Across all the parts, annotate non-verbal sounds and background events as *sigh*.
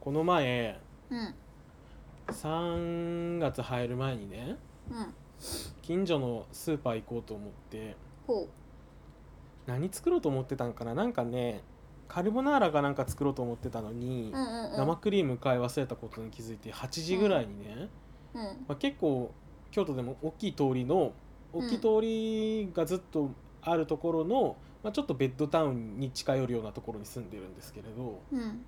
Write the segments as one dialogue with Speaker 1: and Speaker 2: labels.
Speaker 1: この前
Speaker 2: うん
Speaker 1: 3月入る前にね
Speaker 2: うん
Speaker 1: 近所のスーパー行こうと思って
Speaker 2: ほ
Speaker 1: 何作ろうと思ってたんかななんかねカルボナーラかなんか作ろうと思ってたのに
Speaker 2: う、うんうんうん
Speaker 1: 生クリーム買い忘れたことに気づいて8時ぐらいにね、
Speaker 2: うん
Speaker 1: まあ、結構京都でも大きい通りの大きい通りがずっとあるところの、まあ、ちょっとベッドタウンに近寄るようなところに住んでるんですけれど
Speaker 2: うん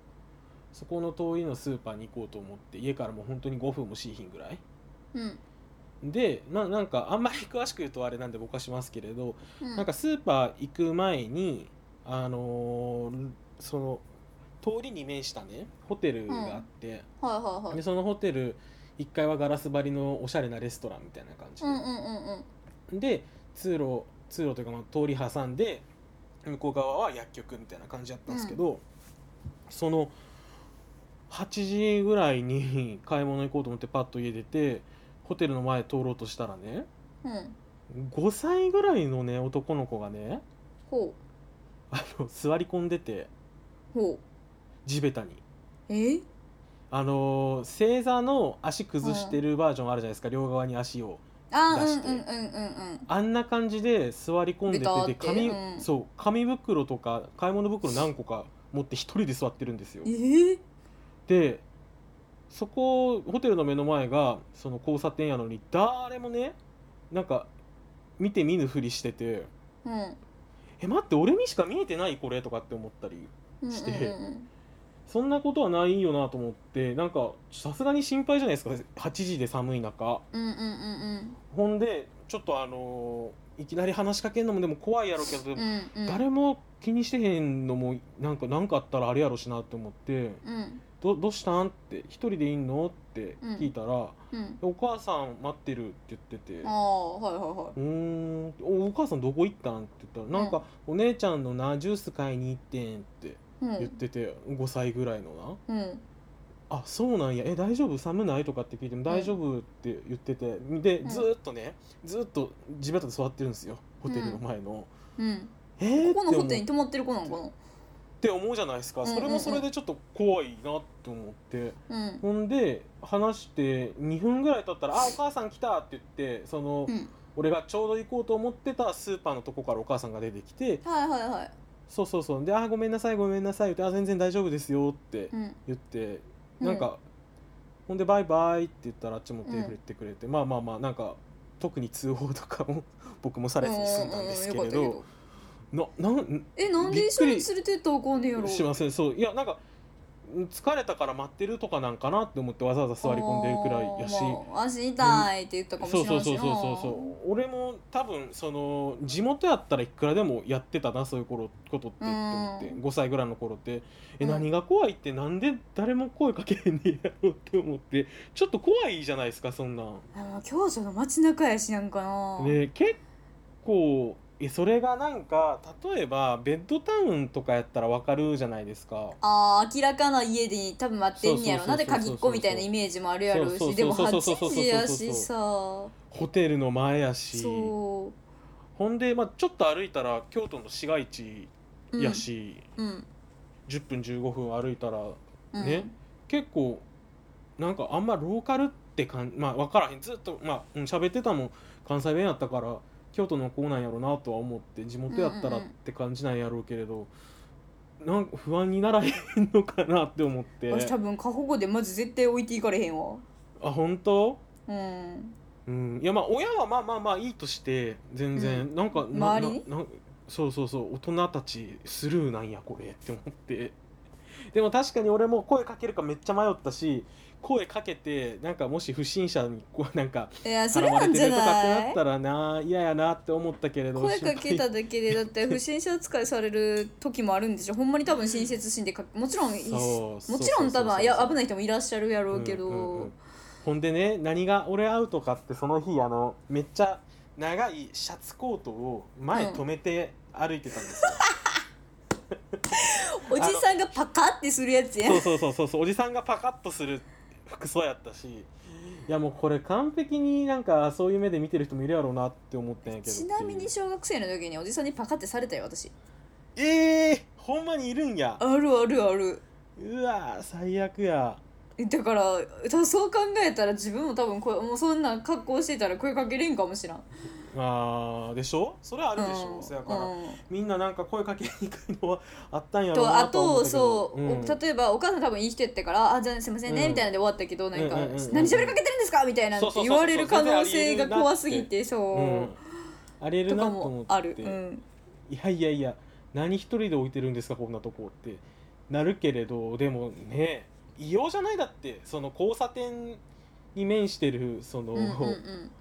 Speaker 1: そこの通りのスーパーに行こうと思って家からもう本当に5分もしいひんぐらい
Speaker 2: うん
Speaker 1: でななんかあんまり *laughs* 詳しく言うとあれなんで僕はしますけれど、
Speaker 2: うん
Speaker 1: なんかスーパー行く前にあのーその通りに面したねホテルがあって、
Speaker 2: はいはいは
Speaker 1: で
Speaker 2: い
Speaker 1: そのホテル1階はガラス張りのおしゃれなレストランみたいな感じ
Speaker 2: う
Speaker 1: で、
Speaker 2: んうんうんうん
Speaker 1: で通路通路というかまあ通り挟んで向こう側は薬局みたいな感じだったんですけど、その8時ぐらいに買い物行こうと思ってパッと家出てホテルの前通ろうとしたらね
Speaker 2: うん
Speaker 1: 5歳ぐらいのね男の子がね
Speaker 2: ほ
Speaker 1: あの座り込んでて
Speaker 2: うほ
Speaker 1: 地べたに。
Speaker 2: うえ
Speaker 1: あのー正座の足崩してるバージョンあるじゃないですか、両側に足を
Speaker 2: あー
Speaker 1: 出
Speaker 2: うん
Speaker 1: して
Speaker 2: うんうんうん
Speaker 1: あんな感じで座り込んで
Speaker 2: ベターってて
Speaker 1: て紙、
Speaker 2: うん
Speaker 1: そう紙袋とか買い物袋何個か持って一人で座ってるんですよ
Speaker 2: うんえー
Speaker 1: でそこホテルの目の前がその交差点やのに誰もねなんか見て見ぬふりしてて
Speaker 2: うん
Speaker 1: 「え待って俺にしか見えてないこれ」とかって思ったり
Speaker 2: うん
Speaker 1: して
Speaker 2: うんうん
Speaker 1: そんなことはないよなと思ってなんかさすがに心配じゃないですか8時で寒い中
Speaker 2: うんうんうん
Speaker 1: ほんでちょっとあのーいきなり話しかけんのもでも怖いやろうけどでも
Speaker 2: うんうんうん
Speaker 1: 誰も気にしてへんのもなんかなんかあったらあれやろしなって思って
Speaker 2: うん
Speaker 1: 「どどうしたん?」って「一人でいんの?」って聞いたら
Speaker 2: うん
Speaker 1: 「お母さん待ってる」って言ってて「う
Speaker 2: ああはいはいは
Speaker 1: ーんおお母さんどこ行ったん?」って言ったら「なんかお姉ちゃんのなジュース買いに行ってん」って
Speaker 2: い
Speaker 1: 言ってて5歳ぐらいのな
Speaker 2: うんうん
Speaker 1: 「あそうなんやえ大丈夫寒ない?」とかって聞いても「大丈夫」って言っててで
Speaker 2: うん
Speaker 1: ずーっとねずーっと地べたで座ってるんですよホテルの前の。
Speaker 2: うん
Speaker 1: えー
Speaker 2: ここの
Speaker 1: って思
Speaker 2: ホ
Speaker 1: っ
Speaker 2: テルに泊まってる子なのか
Speaker 1: って思うじゃないですか
Speaker 2: うんうん
Speaker 1: それもそれでちょっと怖いなって思って
Speaker 2: なうん
Speaker 1: ほんで話して2分ぐらい経ったら「あお母さん来た」って言ってその、
Speaker 2: うん
Speaker 1: 俺がちょうど行こうと思ってたスーパーのとこからお母さんが出てきて
Speaker 2: はいはいはい
Speaker 1: 「そうそうそう」で「あごめんなさいごめんなさい」言って「あ全然大丈夫ですよ」って
Speaker 2: うん
Speaker 1: 言って、
Speaker 2: うん
Speaker 1: なんかほんで「バイバイ」って言ったらあっちも手振ってくれて、まあまあまあなんか特に通報とかも *laughs* 僕もされずに済んだんですけれ
Speaker 2: うんうんうんよ
Speaker 1: ど
Speaker 2: かった
Speaker 1: ななん
Speaker 2: けどえなんで一緒に連れてったらあかんねやろ
Speaker 1: しませんそういやなんかうん疲れたから待ってるとかなんかなって思ってわざわざ座り込んでるくらいやし、
Speaker 2: あーまあ足痛いって言ったかもし
Speaker 1: そ
Speaker 2: れ
Speaker 1: う
Speaker 2: な
Speaker 1: そ
Speaker 2: いうし
Speaker 1: そうそう
Speaker 2: な
Speaker 1: そうそう俺も多分その地元やったらいくらでもやってたなそういう頃ことってって思って
Speaker 2: うん
Speaker 1: 5歳ぐらいの頃ってえ
Speaker 2: うん
Speaker 1: 何が怖いってなんで誰も声かけへんねやろうって思ってちょっと怖いじゃないですかそんなん。
Speaker 2: あの京都の街中やしなんかな、
Speaker 1: で結構えそれがなんか例えばベッドタウンとかやったらわかるじゃないですか。
Speaker 2: あー明らかな家で多分待ってんねやろなで
Speaker 1: そうそうそうそう
Speaker 2: 鍵っ子みたいなイメージもあるやろう
Speaker 1: そうそうそう
Speaker 2: しでも
Speaker 1: そうそうそう
Speaker 2: 8時やしさ
Speaker 1: ホテルの前やし
Speaker 2: そ
Speaker 1: ほんで、まあ、ちょっと歩いたら京都の市街地
Speaker 2: う、うん、
Speaker 1: やし、
Speaker 2: うん、
Speaker 1: 10分15分歩いたら
Speaker 2: うん、
Speaker 1: ね結構なんかあんまローカルって感じまあ分からへんずっとまあうん喋ってたもん関西弁やったから京都の子なんやろなとは思って地元やったらっ
Speaker 2: うんうんうん
Speaker 1: て感じなんやろうけれど、なんか不安にならへんのかなって思って
Speaker 2: 私多分過保護でマジ絶対置いていかれへんわ
Speaker 1: あ本当
Speaker 2: うん
Speaker 1: うん、いやまあ親はまあまあまあいいとして全然、
Speaker 2: う
Speaker 1: なんかな
Speaker 2: 周りに
Speaker 1: ななそうそうそう大人たちスルーなんやこれって思ってでも確かに俺も声かけるかめっちゃ迷ったし声かけてなんかもし不審者にこうなんか
Speaker 2: いやそ
Speaker 1: 絡
Speaker 2: れ
Speaker 1: ま
Speaker 2: な
Speaker 1: れ
Speaker 2: んじ
Speaker 1: て
Speaker 2: ゃ
Speaker 1: るとかってな
Speaker 2: な
Speaker 1: っ
Speaker 2: い
Speaker 1: たらな嫌やなって思ったけれど
Speaker 2: 声かけ
Speaker 1: 心配
Speaker 2: ただけでだって不審者扱いされる時もあるんでしょほんまに多分親切心でかもちろんいいし
Speaker 1: そうそう
Speaker 2: もちろん多
Speaker 1: そうそうそう
Speaker 2: 分いや危ない人もいらっしゃるやろうけど、
Speaker 1: うんうんうんほんでね何が俺アウトかってその日あのめっちゃ長いシャツコートを前止めて歩いてたんですよ、
Speaker 2: おじさんがパカってするやつやん
Speaker 1: そうそうそうそうそうおじさんがパカッとする服装やったしいやもうこれ完璧になんかそういう目で見てる人もいるやろうなって思ってんやけど
Speaker 2: ちなみに
Speaker 1: って
Speaker 2: 小学生の時におじさんにパカってされたよ私
Speaker 1: いうえー、ほんまにいるんや
Speaker 2: あるあるある
Speaker 1: うわー最悪や
Speaker 2: だからだそう考えたら自分も多分こうもうそんな格好してたら声かけれんかもしらん
Speaker 1: あーでしょそれはあるでしょ、
Speaker 2: うん
Speaker 1: そやから、
Speaker 2: うん
Speaker 1: みんななんか声かけにくいのはあったんやろう
Speaker 2: と
Speaker 1: な
Speaker 2: あとそう、
Speaker 1: 思
Speaker 2: お
Speaker 1: ったけど
Speaker 2: 例えばお母さん多分生きてってから「あじゃあすいませんね」
Speaker 1: うん
Speaker 2: みたいなんで終わったけどなんか
Speaker 1: うんうんうんうん
Speaker 2: 「何喋りかけてるんですか?」みたいなって
Speaker 1: そうそうそう
Speaker 2: 言われる可能性
Speaker 1: 全
Speaker 2: が
Speaker 1: 然ありえるなって
Speaker 2: 怖すぎてそう
Speaker 1: うん、うん、ありえる
Speaker 2: と
Speaker 1: な
Speaker 2: か
Speaker 1: と思
Speaker 2: も
Speaker 1: って
Speaker 2: ある、うん、
Speaker 1: いやいやいや何一人で置いてるんですかこんなとこってなるけれどでもね異様じゃないだってその交差点に面してるその、
Speaker 2: うんうん
Speaker 1: *laughs*
Speaker 2: うん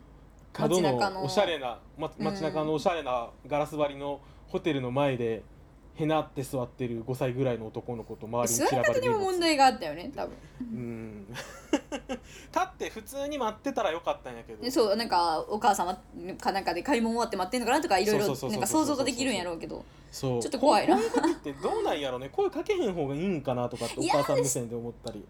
Speaker 1: 角
Speaker 2: 街中の
Speaker 1: のおしゃれな、ま、
Speaker 2: うん
Speaker 1: 街中のおしゃれなガラス張りのホテルの前でへなって座ってる5歳ぐらいの男の子と周り
Speaker 2: 座
Speaker 1: に散
Speaker 2: り
Speaker 1: らばる
Speaker 2: 方にも
Speaker 1: 荷物
Speaker 2: 問題があったよね多分
Speaker 1: うん立って普通に待ってたらよかったんやけど
Speaker 2: でそうなんかお母様かなんかで買い物終わって待ってんのかなとかいろい
Speaker 1: そ
Speaker 2: ろ
Speaker 1: うそうそうそう
Speaker 2: なんか想像ができるんやろうけど
Speaker 1: そう
Speaker 2: ちょっと怖いな
Speaker 1: こ声かけってどうなんやろうね声かけへん方がいいんかなとかってお
Speaker 2: いや
Speaker 1: 母さん目線で思ったり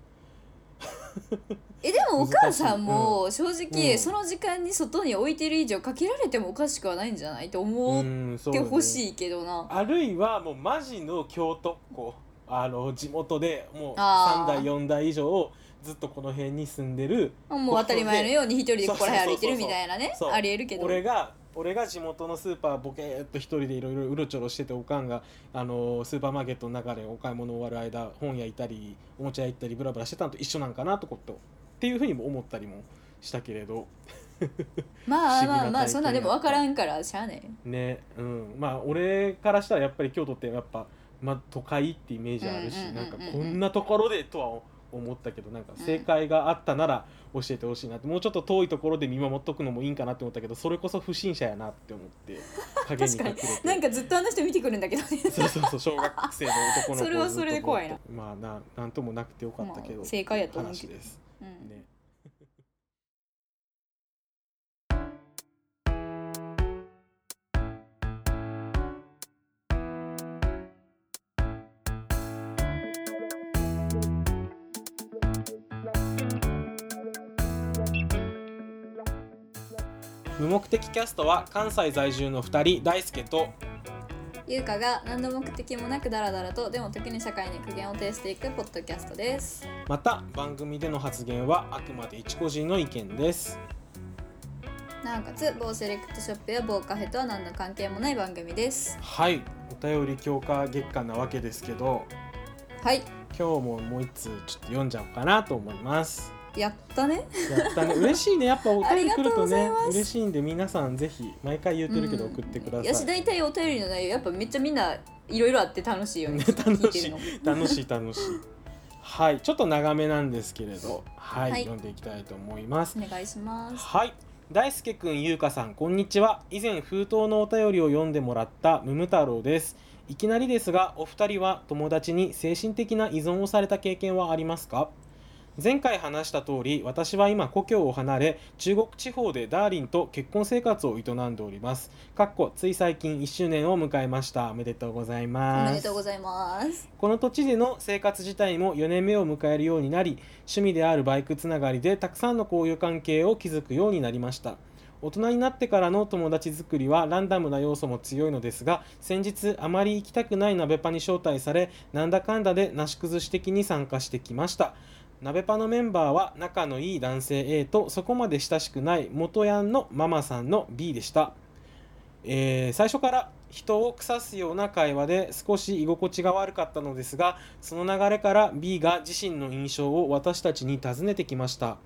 Speaker 2: えでもお母さんも正
Speaker 1: う
Speaker 2: 直
Speaker 1: ん
Speaker 2: その時間に外に置いてる以上かけられてもおかしくはないんじゃないと思っ
Speaker 1: んそ
Speaker 2: てほ
Speaker 1: い
Speaker 2: しいけどな、
Speaker 1: あるいはもうマジの京都っ子あの地元でもう
Speaker 2: あ
Speaker 1: 3代
Speaker 2: ー
Speaker 1: 4代以上ずっとこの辺に住んでる
Speaker 2: もう当たり前のように一人でここら辺歩いてるみたいなね
Speaker 1: そう
Speaker 2: ありえるけど
Speaker 1: 俺が俺が地元のスーパーボケーっと一人でいろいろうろちょろしてておかんがあのースーパーマーケットの中でお買い物終わる間本屋行ったりおもちゃ屋行ったりブラブラしてたのと一緒なんかなとことっていうふうにも思ったりもしたけれど
Speaker 2: ま
Speaker 1: 不思
Speaker 2: あ
Speaker 1: 議な体
Speaker 2: ま
Speaker 1: 験
Speaker 2: あま
Speaker 1: やっ
Speaker 2: あ
Speaker 1: た
Speaker 2: そんなんでも分からんからしゃあね
Speaker 1: ねうんまあ俺からしたらやっぱり京都ってやっぱ、まあ、都会ってイメージあるし
Speaker 2: うんうんうん
Speaker 1: な
Speaker 2: うんん
Speaker 1: かこんなところでとは思ったけどなんか正解があったなら教えてほしいなってもうちょっと遠いところで見守っとくのもいいんかなって思ったけどそれこそ不審者やなって思って影に隠れて
Speaker 2: なん *laughs* かずっとあの人見てくるんだけど
Speaker 1: *laughs*
Speaker 2: ね
Speaker 1: そうそうそう小学生の男の子
Speaker 2: それはそれで怖い
Speaker 1: ず
Speaker 2: な
Speaker 1: っとまあななんともなくてよかったけど、
Speaker 2: まあ正解やと思うけ
Speaker 1: 話
Speaker 2: ど
Speaker 1: です
Speaker 2: うん
Speaker 1: ね無目的キャストは関西在住の2人大輔と
Speaker 2: ゆうかが何の目的もなくダラダラとでも時に社会に苦言を呈していくポッドキャストです
Speaker 1: また番組での発言はあくまで一個人の意見です
Speaker 2: なおかつ某セレクトショップや某カフェとは何の関係もない番組です
Speaker 1: はいお便り強化月間なわけですけど
Speaker 2: はい
Speaker 1: 今日ももう一通ちょっと読んじゃおうかなと思います
Speaker 2: やったね
Speaker 1: やったね嬉しいねやっぱお便り来ると
Speaker 2: あり
Speaker 1: ね
Speaker 2: がとうございます
Speaker 1: 嬉しいんで皆さんぜひ毎回言ってるけど
Speaker 2: うん
Speaker 1: 送ってくだ
Speaker 2: やし
Speaker 1: さい、
Speaker 2: 大体お便りの内容やっぱめっちゃみんないろいろあって楽しい
Speaker 1: *laughs*
Speaker 2: よね聞い
Speaker 1: 楽
Speaker 2: て
Speaker 1: し
Speaker 2: るの
Speaker 1: い楽しい楽
Speaker 2: *laughs*
Speaker 1: しいはいちょっと長めなんですけれどはい、
Speaker 2: はい
Speaker 1: 読んでいきたいと思います
Speaker 2: お願いします
Speaker 1: はい大輔くんゆうかさんこんにちは以前封筒のお便りを読んでもらったムム太郎ですいきなりですがお二人は友達に精神的な依存をされた経験はありますか前回話した通り私は今故郷を離れ中国地方でダーリンと結婚生活を営んでおりますかっこつい最近1周年を迎えましたおめでとうござい
Speaker 2: お
Speaker 1: ます
Speaker 2: めでとうございます
Speaker 1: この土地での生活自体も4年目を迎えるようになり趣味であるバイクつながりでたくさんの交友関係を築くようになりました大人になってからの友達作りはランダムな要素も強いのですが先日あまり行きたくない鍋パに招待されなんだかんだでなし崩し的に参加してきました鍋パのメンバーは仲のいい男性 A とそこまで親しくない元ヤンのママさんの B でしたえー最初から人を腐すような会話で少し居心地が悪かったのですがその流れから B が自身の印象を私たちに尋ねてきました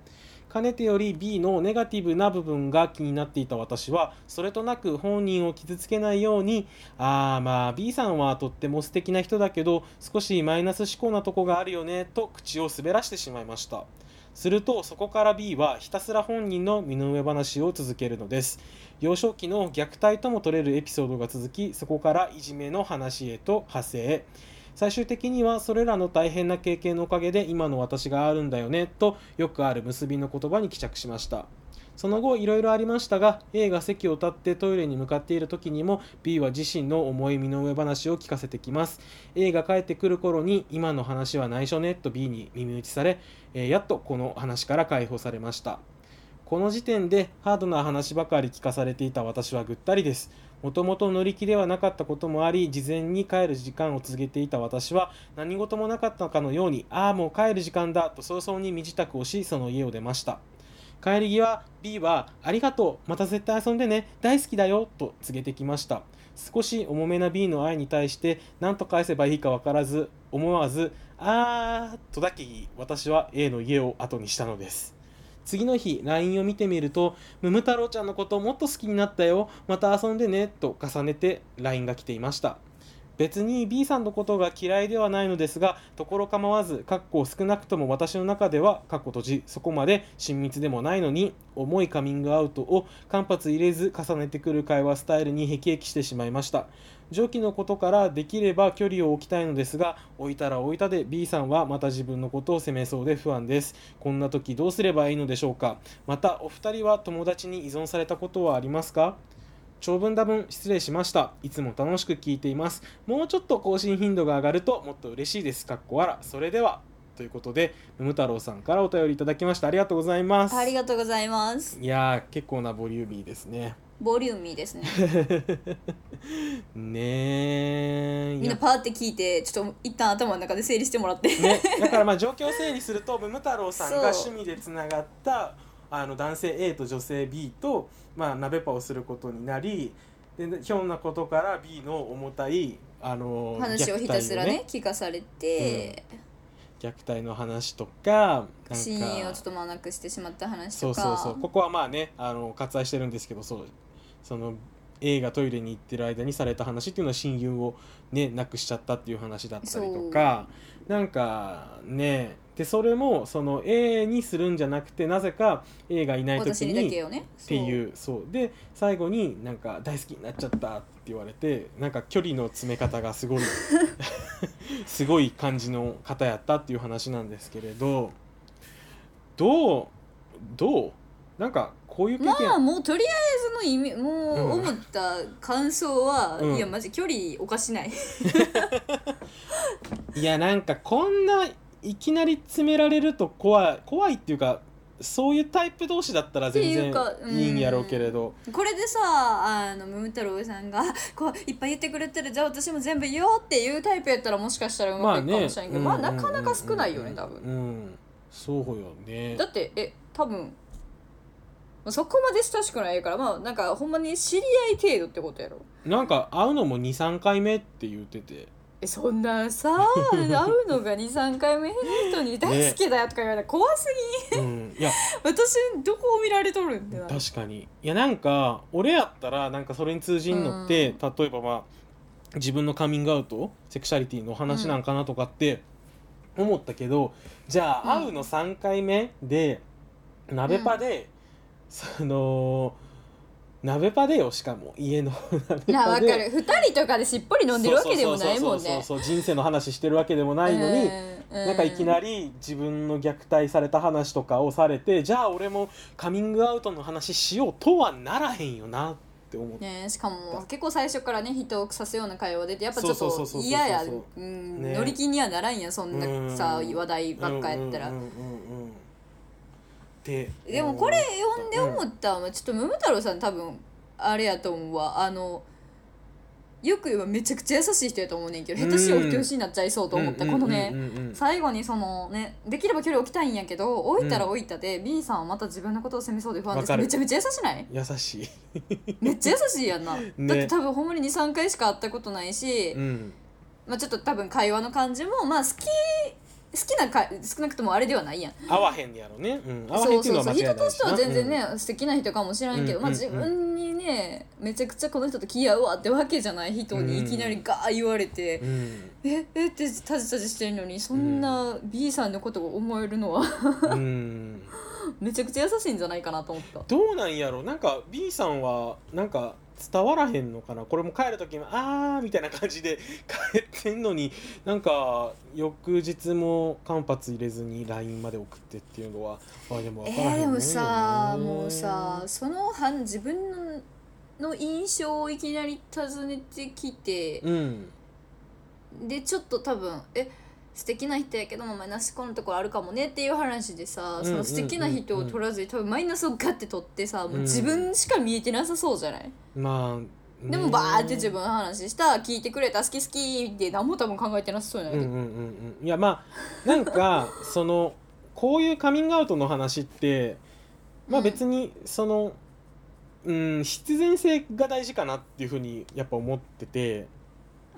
Speaker 1: かねてより B のネガティブな部分が気になっていた私はそれとなく本人を傷つけないようにああまあ B さんはとっても素敵な人だけど少しマイナス思考なとこがあるよねと口を滑らしてしまいましたするとそこから B はひたすら本人の身の上話を続けるのです幼少期の虐待とも取れるエピソードが続きそこからいじめの話へと派生最終的にはそれらの大変な経験のおかげで今の私があるんだよねとよくある結びの言葉に帰着しましたその後いろいろありましたが A が席を立ってトイレに向かっている時にも B は自身の思い身の上話を聞かせてきます A が帰ってくる頃に今の話は内緒ねと B に耳打ちされ、えーやっとこの話から解放されましたこの時点でハードな話ばかり聞かされていた私はぐったりですもともと乗り気ではなかったこともあり事前に帰る時間を告げていた私は何事もなかったかのように「ああもう帰る時間だ」と早々に身支度をしその家を出ました帰り際 B は「ありがとうまた絶対遊んでね大好きだよ」と告げてきました少し重めな B の愛に対して何と返せばいいか分からず思わず「あー」とだけ言い私は A の家を後にしたのです次の日 LINE を見てみると「ムム太郎ちゃんのこともっと好きになったよまた遊んでね」と重ねて LINE が来ていました別に B さんのことが嫌いではないのですがところ構わずかっこ少なくとも私の中ではかっこ閉じそこまで親密でもないのに重いカミングアウトを間髪入れず重ねてくる会話スタイルにへきへきしてしまいました上記のことからできれば距離を置きたいのですが置いたら置いたで B さんはまた自分のことを責めそうで不安ですこんな時どうすればいいのでしょうかまたお二人は友達に依存されたことはありますか長文多文失礼しましたいつも楽しく聞いていますもうちょっと更新頻度が上がるともっと嬉しいですかっこあらそれではということでむむ太郎さんからお便りいただきましたありがとうございます
Speaker 2: ありがとうございます
Speaker 1: いやー結構なボリューミーですね *laughs*
Speaker 2: ボリューミーですね
Speaker 1: ねえ
Speaker 2: みんなパーって聞いてちょっと一旦頭の中で整理してもら
Speaker 1: *laughs*
Speaker 2: って
Speaker 1: ね、だからまあ状況を整理するとムム太郎さんが
Speaker 2: そう
Speaker 1: 趣味でつながったあの男性 A と女性 B と、まあ、鍋パをすることになりでひょんなことから B の重たい、あの
Speaker 2: 話をひたすら
Speaker 1: 虐待
Speaker 2: ね聞かされて、
Speaker 1: のね虐待の話とかなんか
Speaker 2: 親友をちょっとまあなくしてしまった話
Speaker 1: そ
Speaker 2: と
Speaker 1: う
Speaker 2: か
Speaker 1: そうそうここはまあねあの割愛してるんですけどそうその A がトイレに行ってる間にされた話っていうのは親友をねなくしちゃったっていう話だったりとかなんかねでそれもその A にするんじゃなくてなぜか A がいない時
Speaker 2: 私にだけ
Speaker 1: にっ
Speaker 2: よねって
Speaker 1: いうそうで最後になんか大好きになっちゃったって言われてなんか距離の詰め方がす
Speaker 2: *laughs*
Speaker 1: ごいすごい感じの方やったっていう話なんですけれどどうどうなんかこういう経験、
Speaker 2: まあもうとりあえずの意味もう
Speaker 1: うん
Speaker 2: 思った感想は、
Speaker 1: うん
Speaker 2: いやマジ距離おかしない *laughs*
Speaker 1: いやなんかこんないきなり詰められると怖い怖いっていうかそういうタイプ同士だったら全
Speaker 2: ってい
Speaker 1: 然
Speaker 2: うかうん
Speaker 1: いいんやろうけれど、
Speaker 2: これでさあのムム太郎さんが *laughs* こういっぱい言ってくれてるじゃあ私も全部言おうっていうタイプやったらもしかしたらうまくいくかもしれんけど、まあなかなか少ないよね多
Speaker 1: う
Speaker 2: 分、
Speaker 1: んうんうんうん、うんそうよね
Speaker 2: だってえ多分まあそこまで親しくないからまあなんかほんまに知り合い程度ってことやろ
Speaker 1: なんか会うのも23回目って言ってて
Speaker 2: えそん
Speaker 1: *laughs*
Speaker 2: なさ会うのが23回目変な人に大好きだよとか言われたら怖すぎ
Speaker 1: うん、いや
Speaker 2: 私どこを見られとるんってなる
Speaker 1: 確かにいやなんか俺やったらなんかそれに通じんのって、例えばまあ自分のカミングアウトセクシャリティの話なんかなとかって思ったけど、じゃあ
Speaker 2: うん
Speaker 1: 会うの3回目で、鍋パで、その鍋パでよしかも家の
Speaker 2: い
Speaker 1: 鍋
Speaker 2: やわ
Speaker 1: パ
Speaker 2: か
Speaker 1: で
Speaker 2: る2人とかでしっぽり飲んでるわけでもないもん
Speaker 1: そう
Speaker 2: ね
Speaker 1: そうそうそう人生の話してるわけでもないのに、なんかいきな
Speaker 2: り
Speaker 1: り自分の虐待された話とかをされてじゃあ俺もカミングアウトの話しようとはならへんよなって思って、
Speaker 2: ねしかも結構最初からね人をさすような会話でやっぱちょっ
Speaker 1: そうそうそうそ
Speaker 2: と
Speaker 1: うそう
Speaker 2: 嫌や
Speaker 1: そう
Speaker 2: うん
Speaker 1: ね
Speaker 2: 乗り気にはならんやそんなさ
Speaker 1: うん
Speaker 2: 話題ばっかやったら
Speaker 1: うんうんうんうんで
Speaker 2: でもこれ読んで思ったのはちょっとムム太郎さん多分あれやと思うわあのよく言えばめちゃくちゃ優しい人やと思うねんけど
Speaker 1: う
Speaker 2: 下
Speaker 1: ん
Speaker 2: 手しお人よしになっちゃいそうと思ったこの
Speaker 1: うん
Speaker 2: ね
Speaker 1: うんうんうん
Speaker 2: 最後にそのねできれば距離置きたいんやけど置いたら置いたで B さんはまた自分のことを責めそうで不安で
Speaker 1: わ
Speaker 2: す
Speaker 1: かる
Speaker 2: めちゃめちゃ優しない
Speaker 1: 優しい、
Speaker 2: めっちゃ優しいや
Speaker 1: *laughs*
Speaker 2: んなだって多分ほんまに23回しか会ったことないし
Speaker 1: うん、
Speaker 2: まあちょっと多分会話の感じもまあ好き好きなか少なくともあれではないやん
Speaker 1: 合わへんやろね、うん、合わへん
Speaker 2: そう
Speaker 1: っていうの
Speaker 2: そう
Speaker 1: は
Speaker 2: そ
Speaker 1: 間
Speaker 2: う
Speaker 1: 違いな
Speaker 2: 人
Speaker 1: い
Speaker 2: としては全然
Speaker 1: し
Speaker 2: ね、素敵な人かもしれんけど、
Speaker 1: うん
Speaker 2: まあ、
Speaker 1: うんうん
Speaker 2: 自分にねめちゃくちゃこの人と気合うわってわけじゃない人にいきなりガー言われて
Speaker 1: な、うん
Speaker 2: 「ええっ?」てタジタジしてるのにそんな B さんのことを思えるのは *laughs*
Speaker 1: うん
Speaker 2: めちゃくちゃ優しいんじゃないかなと思った。
Speaker 1: どうなんやろなんか B さんはなんか伝わらへんのかなこれも帰る時に「あー」みたいな感じで *laughs* 帰ってんのになんか翌日も間髪入れずに LINE まで送ってっていうのはあでも
Speaker 2: え
Speaker 1: 分からへん
Speaker 2: ー、で
Speaker 1: んよ
Speaker 2: も
Speaker 1: ね
Speaker 2: さもうさその反自分のの印象をいきなり尋ねてきて、
Speaker 1: うん
Speaker 2: でちょっと多分え素敵な人やけどもマイナスこのところあるかもねっていう話でさ、
Speaker 1: うん
Speaker 2: その素敵な人を取らずに多分マイナスをガッて取ってさ、もう自分しか見えてなさそうじゃない、
Speaker 1: まあ
Speaker 2: でもバーって自分の話した聞いてくれた好き好きって何も多分考えてなさそうや
Speaker 1: うんう
Speaker 2: ない
Speaker 1: んうんうんいやまあなん *laughs* かそのこういうカミングアウトの話ってまあ
Speaker 2: うん
Speaker 1: 別にその、うん、必然性が大事かなっていうふうにやっぱ思ってて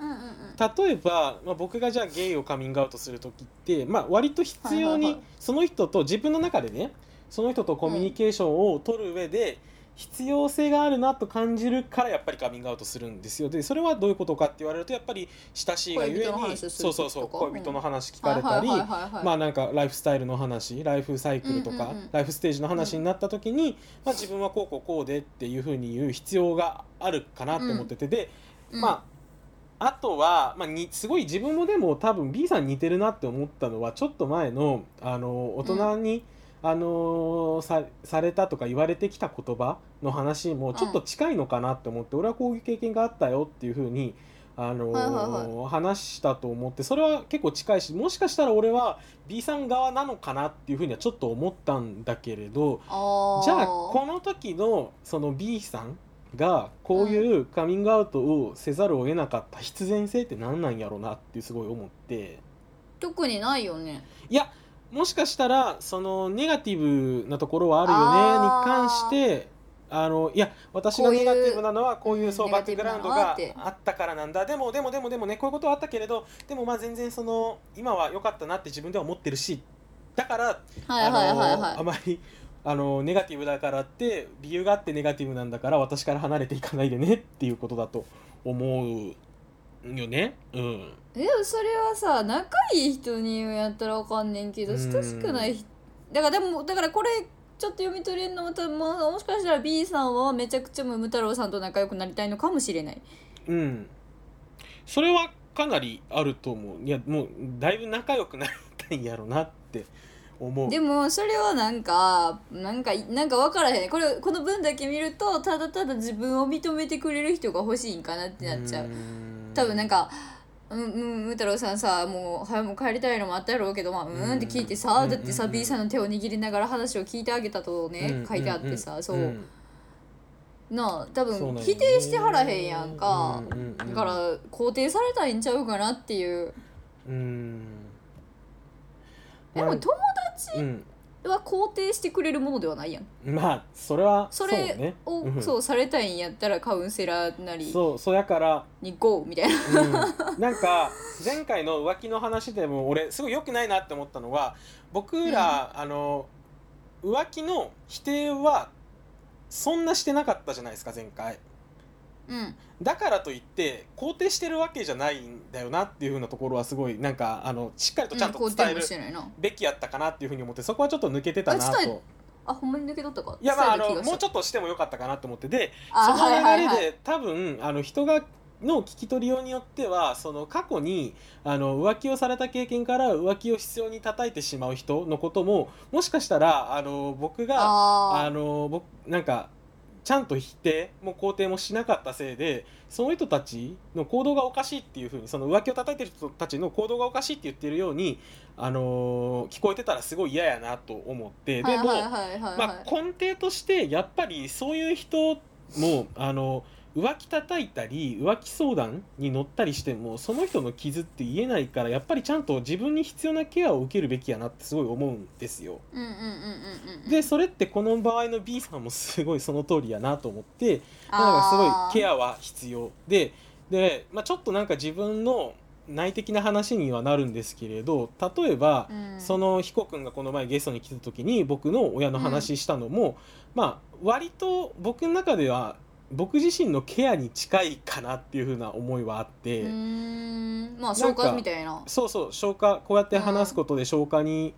Speaker 2: うんうんうん
Speaker 1: 例えば、まあ、僕がじゃあゲイをカミングアウトする時って、まあ、割と必要
Speaker 2: はいはい
Speaker 1: に
Speaker 2: はい
Speaker 1: その人と自分の中でねその人とコミュニケーションを取る上で必要性があるなと感じるからやっぱりカミングアウトするんですよでそれはどういうことかって言われるとやっぱり親しいがゆえ
Speaker 2: 恋人の
Speaker 1: に
Speaker 2: 話をする
Speaker 1: そう
Speaker 2: 時
Speaker 1: そ
Speaker 2: と
Speaker 1: う
Speaker 2: か
Speaker 1: そう恋人の話聞か
Speaker 2: はい
Speaker 1: れた
Speaker 2: はい
Speaker 1: り
Speaker 2: はいはいはい
Speaker 1: まあなんかライフスタイルの話ライフサイクルと
Speaker 2: うん
Speaker 1: か
Speaker 2: うんうん
Speaker 1: ライフステージの話になった時に、まあ、自分はこうこうこうでっていうふうに言う必要があるかなって思ってて、で、
Speaker 2: うん
Speaker 1: まああとは、まあ、にすごい自分もでも多分 B さんに似てるなって思ったのはちょっと前のあの大人に、あのさされたとか言われてきた言葉の話もちょっと近いのかなって思って、俺はこういう経験があったよっていうふうにあのー
Speaker 2: はいはい
Speaker 1: 話したと思ってそれは結構近いしもしかしたら俺は B さん側なのかなっていうふうにはちょっと思ったんだけれど
Speaker 2: あー
Speaker 1: じゃあこの時のその B さんがこういううカミングアウトをせざるを得なかった必然性って何なんやろうなってすごい思って
Speaker 2: 特にないよね
Speaker 1: もしかしたらそのネガティブなところはあるよねに関してあのいや私が
Speaker 2: こうい
Speaker 1: ネ
Speaker 2: う
Speaker 1: ガティブなのはこういうそううんバックグラウンド
Speaker 2: ネガ
Speaker 1: が
Speaker 2: ティブなの
Speaker 1: あったからなんだでもでもでもでもねこういうことはあったけれどでもまあ全然その今は良かったなって自分では思ってるしだから
Speaker 2: はい
Speaker 1: あの
Speaker 2: はいはいはい
Speaker 1: あまりあのネガティブだからって理由があってネガティブなんだから私から離れていかないでねっていうことだと思うよね。うん、
Speaker 2: えでもそれはさ仲いい人に言うんやったらわかんねんけど
Speaker 1: うん
Speaker 2: 親しくない人だからでもだからこれちょっと読み取れるのもた、まあ、もしかしたら B さんはめちゃくちゃムム太郎さんと仲良くなりたいのかもしれない
Speaker 1: うん、それはかなりあると思う。いやもうだいぶ仲良くなりたいんやろうなって思う。
Speaker 2: でもそれはなんかなんかなんか分からへんこれこの文だけ見るとただただ自分を認めてくれる人が欲しいんかなってなっちゃう多分なんか「うんうんむ太郎さんさもう早もう帰りたいのもあったやろうけどまあうん」って聞いてさ、
Speaker 1: うん
Speaker 2: だってさ、
Speaker 1: うん
Speaker 2: B さんの手を握りながら話を聞いてあげたとね、
Speaker 1: うん
Speaker 2: 書いてあってさ、
Speaker 1: ん
Speaker 2: そう、
Speaker 1: ん
Speaker 2: なあ
Speaker 1: そう
Speaker 2: 多
Speaker 1: なん
Speaker 2: 分
Speaker 1: よね
Speaker 2: 否定してはらへんやんか、
Speaker 1: うんうんうん
Speaker 2: だから肯定されたいんちゃうかなっていう
Speaker 1: うん
Speaker 2: でも
Speaker 1: まあ
Speaker 2: 友達
Speaker 1: うん
Speaker 2: は肯定してくれるものではないやん
Speaker 1: まあそれは
Speaker 2: そうれ
Speaker 1: ね
Speaker 2: をそう,、
Speaker 1: ん
Speaker 2: されたいんやったらカウンセラーなり
Speaker 1: そうそうやから
Speaker 2: に GO みたいな
Speaker 1: うんなんか前回の浮気の話でも俺すごい良くないなって思ったのは僕ら、あの浮気の否定はそんなしてなかったじゃないですか前回
Speaker 2: うん
Speaker 1: だからといって肯定してるわけじゃないんだよなっていうふうなところはすごいなんかあのしっかりとちゃんと
Speaker 2: うん、
Speaker 1: 伝え
Speaker 2: 肯定
Speaker 1: る
Speaker 2: もしてないな
Speaker 1: べきやったかなっていうふうに思ってそこはちょっと抜けてたな
Speaker 2: あ伝え
Speaker 1: と
Speaker 2: あほんまに抜け取ったか
Speaker 1: いやまああ
Speaker 2: 伝え
Speaker 1: の
Speaker 2: た気がした
Speaker 1: もうちょっとしてもよかったかなと思ってでそ
Speaker 2: あ
Speaker 1: の流れで、
Speaker 2: はいはいはい
Speaker 1: 多分あの人がの聞き取りようによってはその過去にあの浮気をされた経験から浮気を必要に叩いてしまう人のことももしかしたらあの僕があ
Speaker 2: あ
Speaker 1: の僕なんかちゃんと否定も肯定もしなかったせいでその人たちの行動がおかしいっていうふうにその浮気を叩いてる人たちの行動がおかしいって言ってるように、あの聞こえてたらすごい嫌やなと思って。で
Speaker 2: ー
Speaker 1: も、
Speaker 2: はいはいはいはいはい、
Speaker 1: まあ、根底としてやっぱりそういう人もあの浮気叩いたり浮気相談に乗ったりしてもその人の傷って言えないからやっぱりちゃんと自分に必要なケアを受けるべきやなってすごい思うんですよ。
Speaker 2: うんうんうんうんうん
Speaker 1: でそれってこの場合の B さんもすごいその通りやなと思ってなんかすごいケ
Speaker 2: ア
Speaker 1: アは必要でで、まあ、ちょっとなんか自分の内的な話にはなるんですけれど例えば、その彦君がこの前ゲストに来た時に僕の親の話したのも、まあ割と僕の中では僕自身のケアに近いかなっていうふうな思いはあって、
Speaker 2: うーんまあ
Speaker 1: な
Speaker 2: 消
Speaker 1: んか
Speaker 2: 化みたいな
Speaker 1: そうそう消化こうやって話すことで消化に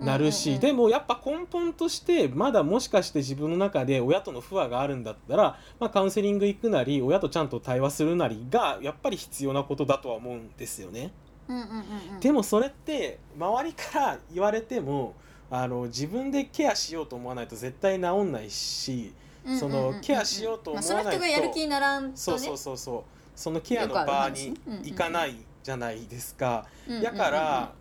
Speaker 1: なるし、
Speaker 2: うんうんうん
Speaker 1: でもやっぱ根本としてまだもしかして自分の中で親との不和があるんだったら、まあ、カウンセリング行くなり親とちゃんと対話するなりがやっぱり必要なことだとは思うんですよね。
Speaker 2: うんうんうんうん
Speaker 1: でもそれって周りから言われてもあの自分でケアしようと思わないと絶対治んないし、
Speaker 2: うんうんうんうん
Speaker 1: そのケアしようと思わないと
Speaker 2: まあ、その人がやる気にならんとね
Speaker 1: そうそうそうそうそのケアの
Speaker 2: よくあ
Speaker 1: 場
Speaker 2: る話
Speaker 1: に
Speaker 2: ねうんうん
Speaker 1: 行かないじゃないですか。
Speaker 2: うんうんうん
Speaker 1: やから、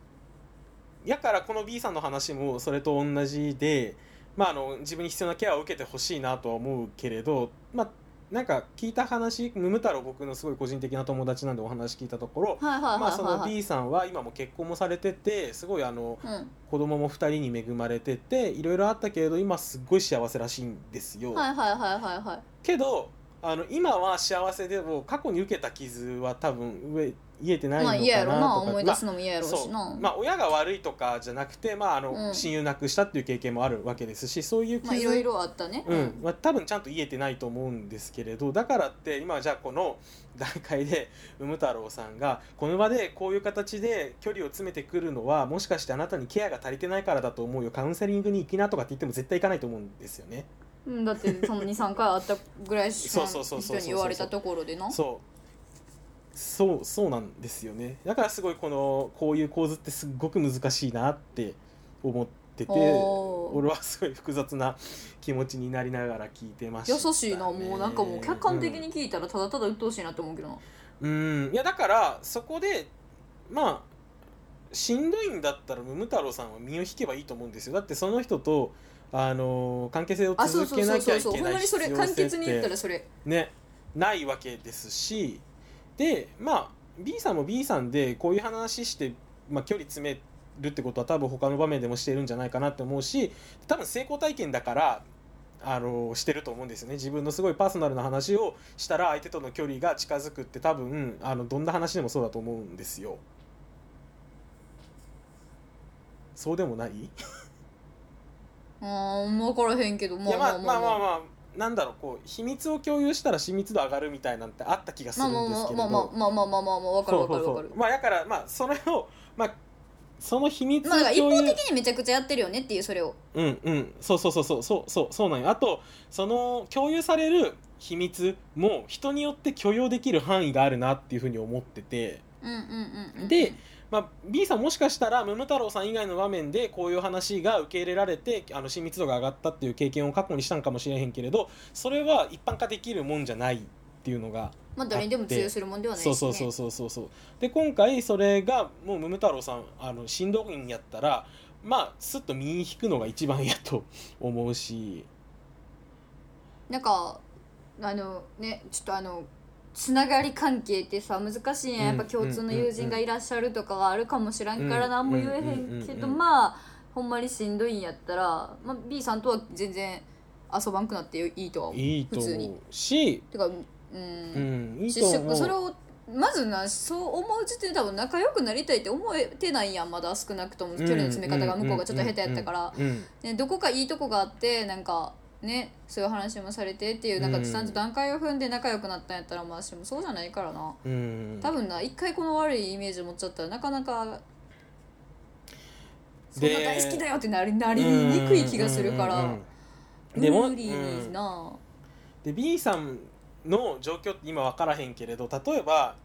Speaker 1: やからこの B さんの話もそれと同じで、まあ、あの自分に必要なケアを受けてほしいなとは思うけれど、まあ、なんか聞いた話ムム太郎僕のすごい個人的な友達なんでお話聞いたところ、
Speaker 2: はいはい
Speaker 1: まあ、
Speaker 2: は
Speaker 1: そ
Speaker 2: いはい
Speaker 1: の
Speaker 2: はい
Speaker 1: B さんは今も結婚もされててすごいあの
Speaker 2: うん
Speaker 1: 子供も2人に恵まれてていろいろあったけれど今すっごい幸せらしいんですよ。
Speaker 2: はいはいはいはいはい
Speaker 1: けどあの今は幸せでも過去に受けた傷は多分上癒えてないのか
Speaker 2: ま
Speaker 1: なと
Speaker 2: あ
Speaker 1: か、
Speaker 2: 嫌やろな
Speaker 1: まあ
Speaker 2: 思い出すのも嫌やろう
Speaker 1: そ
Speaker 2: し
Speaker 1: う
Speaker 2: な
Speaker 1: まあ親が悪いとかじゃなくて、まああの
Speaker 2: うん
Speaker 1: 親友なくしたっていう経験もあるわけですしそういう傷、
Speaker 2: まあいろいろあったね
Speaker 1: うんまあ、多分ちゃんと癒えてないと思うんですけれどだからって今じゃあこの段階で産む太郎さんがこの場でこういう形で距離を詰めてくるのはもしかしてあなたにケアが足りてないからだと思うよカウンセリングに行きなとかって言っても絶対行かないと思うんですよね。
Speaker 2: うんだってその23回会ったぐらいしか
Speaker 1: そうそうそうそうそう
Speaker 2: 人に言われたところでな
Speaker 1: そうそうそうなんですよねだからすごいこのこういう構図ってすっごく難しいなって思ってて
Speaker 2: おー
Speaker 1: 俺はすごい複雑な気持ちになりながら聞いてました、ね、
Speaker 2: 優しいなもうなんかもう客観的に聞いたらただただ鬱陶しいなって思うけどな
Speaker 1: うん、いやだからそこでまあしんどいんだったらムム太郎さんは身を引けばいいと思うんですよだってその人とあの関係性を
Speaker 2: あそう
Speaker 1: 続
Speaker 2: そう
Speaker 1: け
Speaker 2: そ
Speaker 1: なきゃ
Speaker 2: うそう
Speaker 1: い
Speaker 2: そう
Speaker 1: け
Speaker 2: ほん
Speaker 1: な
Speaker 2: ま
Speaker 1: い
Speaker 2: にそれ
Speaker 1: 必要性
Speaker 2: 簡潔に言った
Speaker 1: って
Speaker 2: らそれ
Speaker 1: ねないわけですしでまあ B さんも B さんでこういう話して、まあ、距離詰めるってことは多分他の場面でもしてるんじゃないかなって思うし多分成功体験だからあのしてると思うんですよね自分のすごいパーソナルな話をしたら相手との距離が近づくって多分あのどんな話でもそうだと思うんですよ。そうでもない
Speaker 2: うん分からへんけど
Speaker 1: い
Speaker 2: ま
Speaker 1: やまあ
Speaker 2: あまあ
Speaker 1: ま
Speaker 2: ま
Speaker 1: あまあ
Speaker 2: あまあ
Speaker 1: まあなんだろうこう秘密を共有したら親密度上がるみたいなんてあった気がす
Speaker 2: ま
Speaker 1: る
Speaker 2: あまあ
Speaker 1: んですけれ
Speaker 2: まあ
Speaker 1: ど
Speaker 2: まあまあまあまあまあまあ分かる
Speaker 1: そう
Speaker 2: 分か
Speaker 1: そうそ
Speaker 2: る分かる
Speaker 1: うまあだからまあそれをまあその秘密を
Speaker 2: まあだから一
Speaker 1: 共有
Speaker 2: 方的にめちゃくちゃやってるよねっていうそれを
Speaker 1: うんうんそうそうそうそうそうそうそうなんよあとその共有される秘密も人によって許容できる範囲があるなっていうふうに思ってて、
Speaker 2: うんうんうんうん
Speaker 1: でまあ、B さんもしかしたらムム太郎さん以外の場面でこういう話が受け入れられてあの親密度が上がったっていう経験を過去にしたんかもしれへんけれどそれは一般化できるもんじゃないっていうのが
Speaker 2: まあ誰にでも通用するもんではないし
Speaker 1: そ
Speaker 2: ね
Speaker 1: うそうそうそうそうそうで今回それがもうムム太郎さんあのしんどいんやったらまあすっと身引くのが一番やと思うし
Speaker 2: なんかあのねちょっとあのつながり関係ってさ難しいやんやっぱ
Speaker 1: うん
Speaker 2: 共通の友人がいらっしゃるとかはあるかもしらんか
Speaker 1: う
Speaker 2: ら
Speaker 1: ん
Speaker 2: 何も言えへんけ
Speaker 1: うんうんうん
Speaker 2: ど
Speaker 1: うん
Speaker 2: まあほんまにしんどいんやったら、まあ、B さんとは全然遊ばんくなっていいとは思う。
Speaker 1: いいと
Speaker 2: 普通に
Speaker 1: 思うして
Speaker 2: かうん、
Speaker 1: うんいい
Speaker 2: し
Speaker 1: と
Speaker 2: し
Speaker 1: 思う
Speaker 2: それをまずなそう思う時点で多分仲良くなりたいって思えてないやんまだ少なくとも距離の詰め方が向こうがちょっと下手やったから。
Speaker 1: うんうん
Speaker 2: ね、どこかいいとこがあってなんかねそういう話もされてっていうなん
Speaker 1: う
Speaker 2: か
Speaker 1: ん
Speaker 2: ちゃんと段階を踏んで仲良くなったんやったらまあ私もそうじゃないからな
Speaker 1: うんうん
Speaker 2: 多分な一回この悪いイメージを持っちゃったらなかなかそんな
Speaker 1: で
Speaker 2: 大好きだよってなりなりにくい気がするか
Speaker 1: うんうん
Speaker 2: ら
Speaker 1: うんうんでも
Speaker 2: 無理にな
Speaker 1: で B さんの状況って今分からへんけれど例えば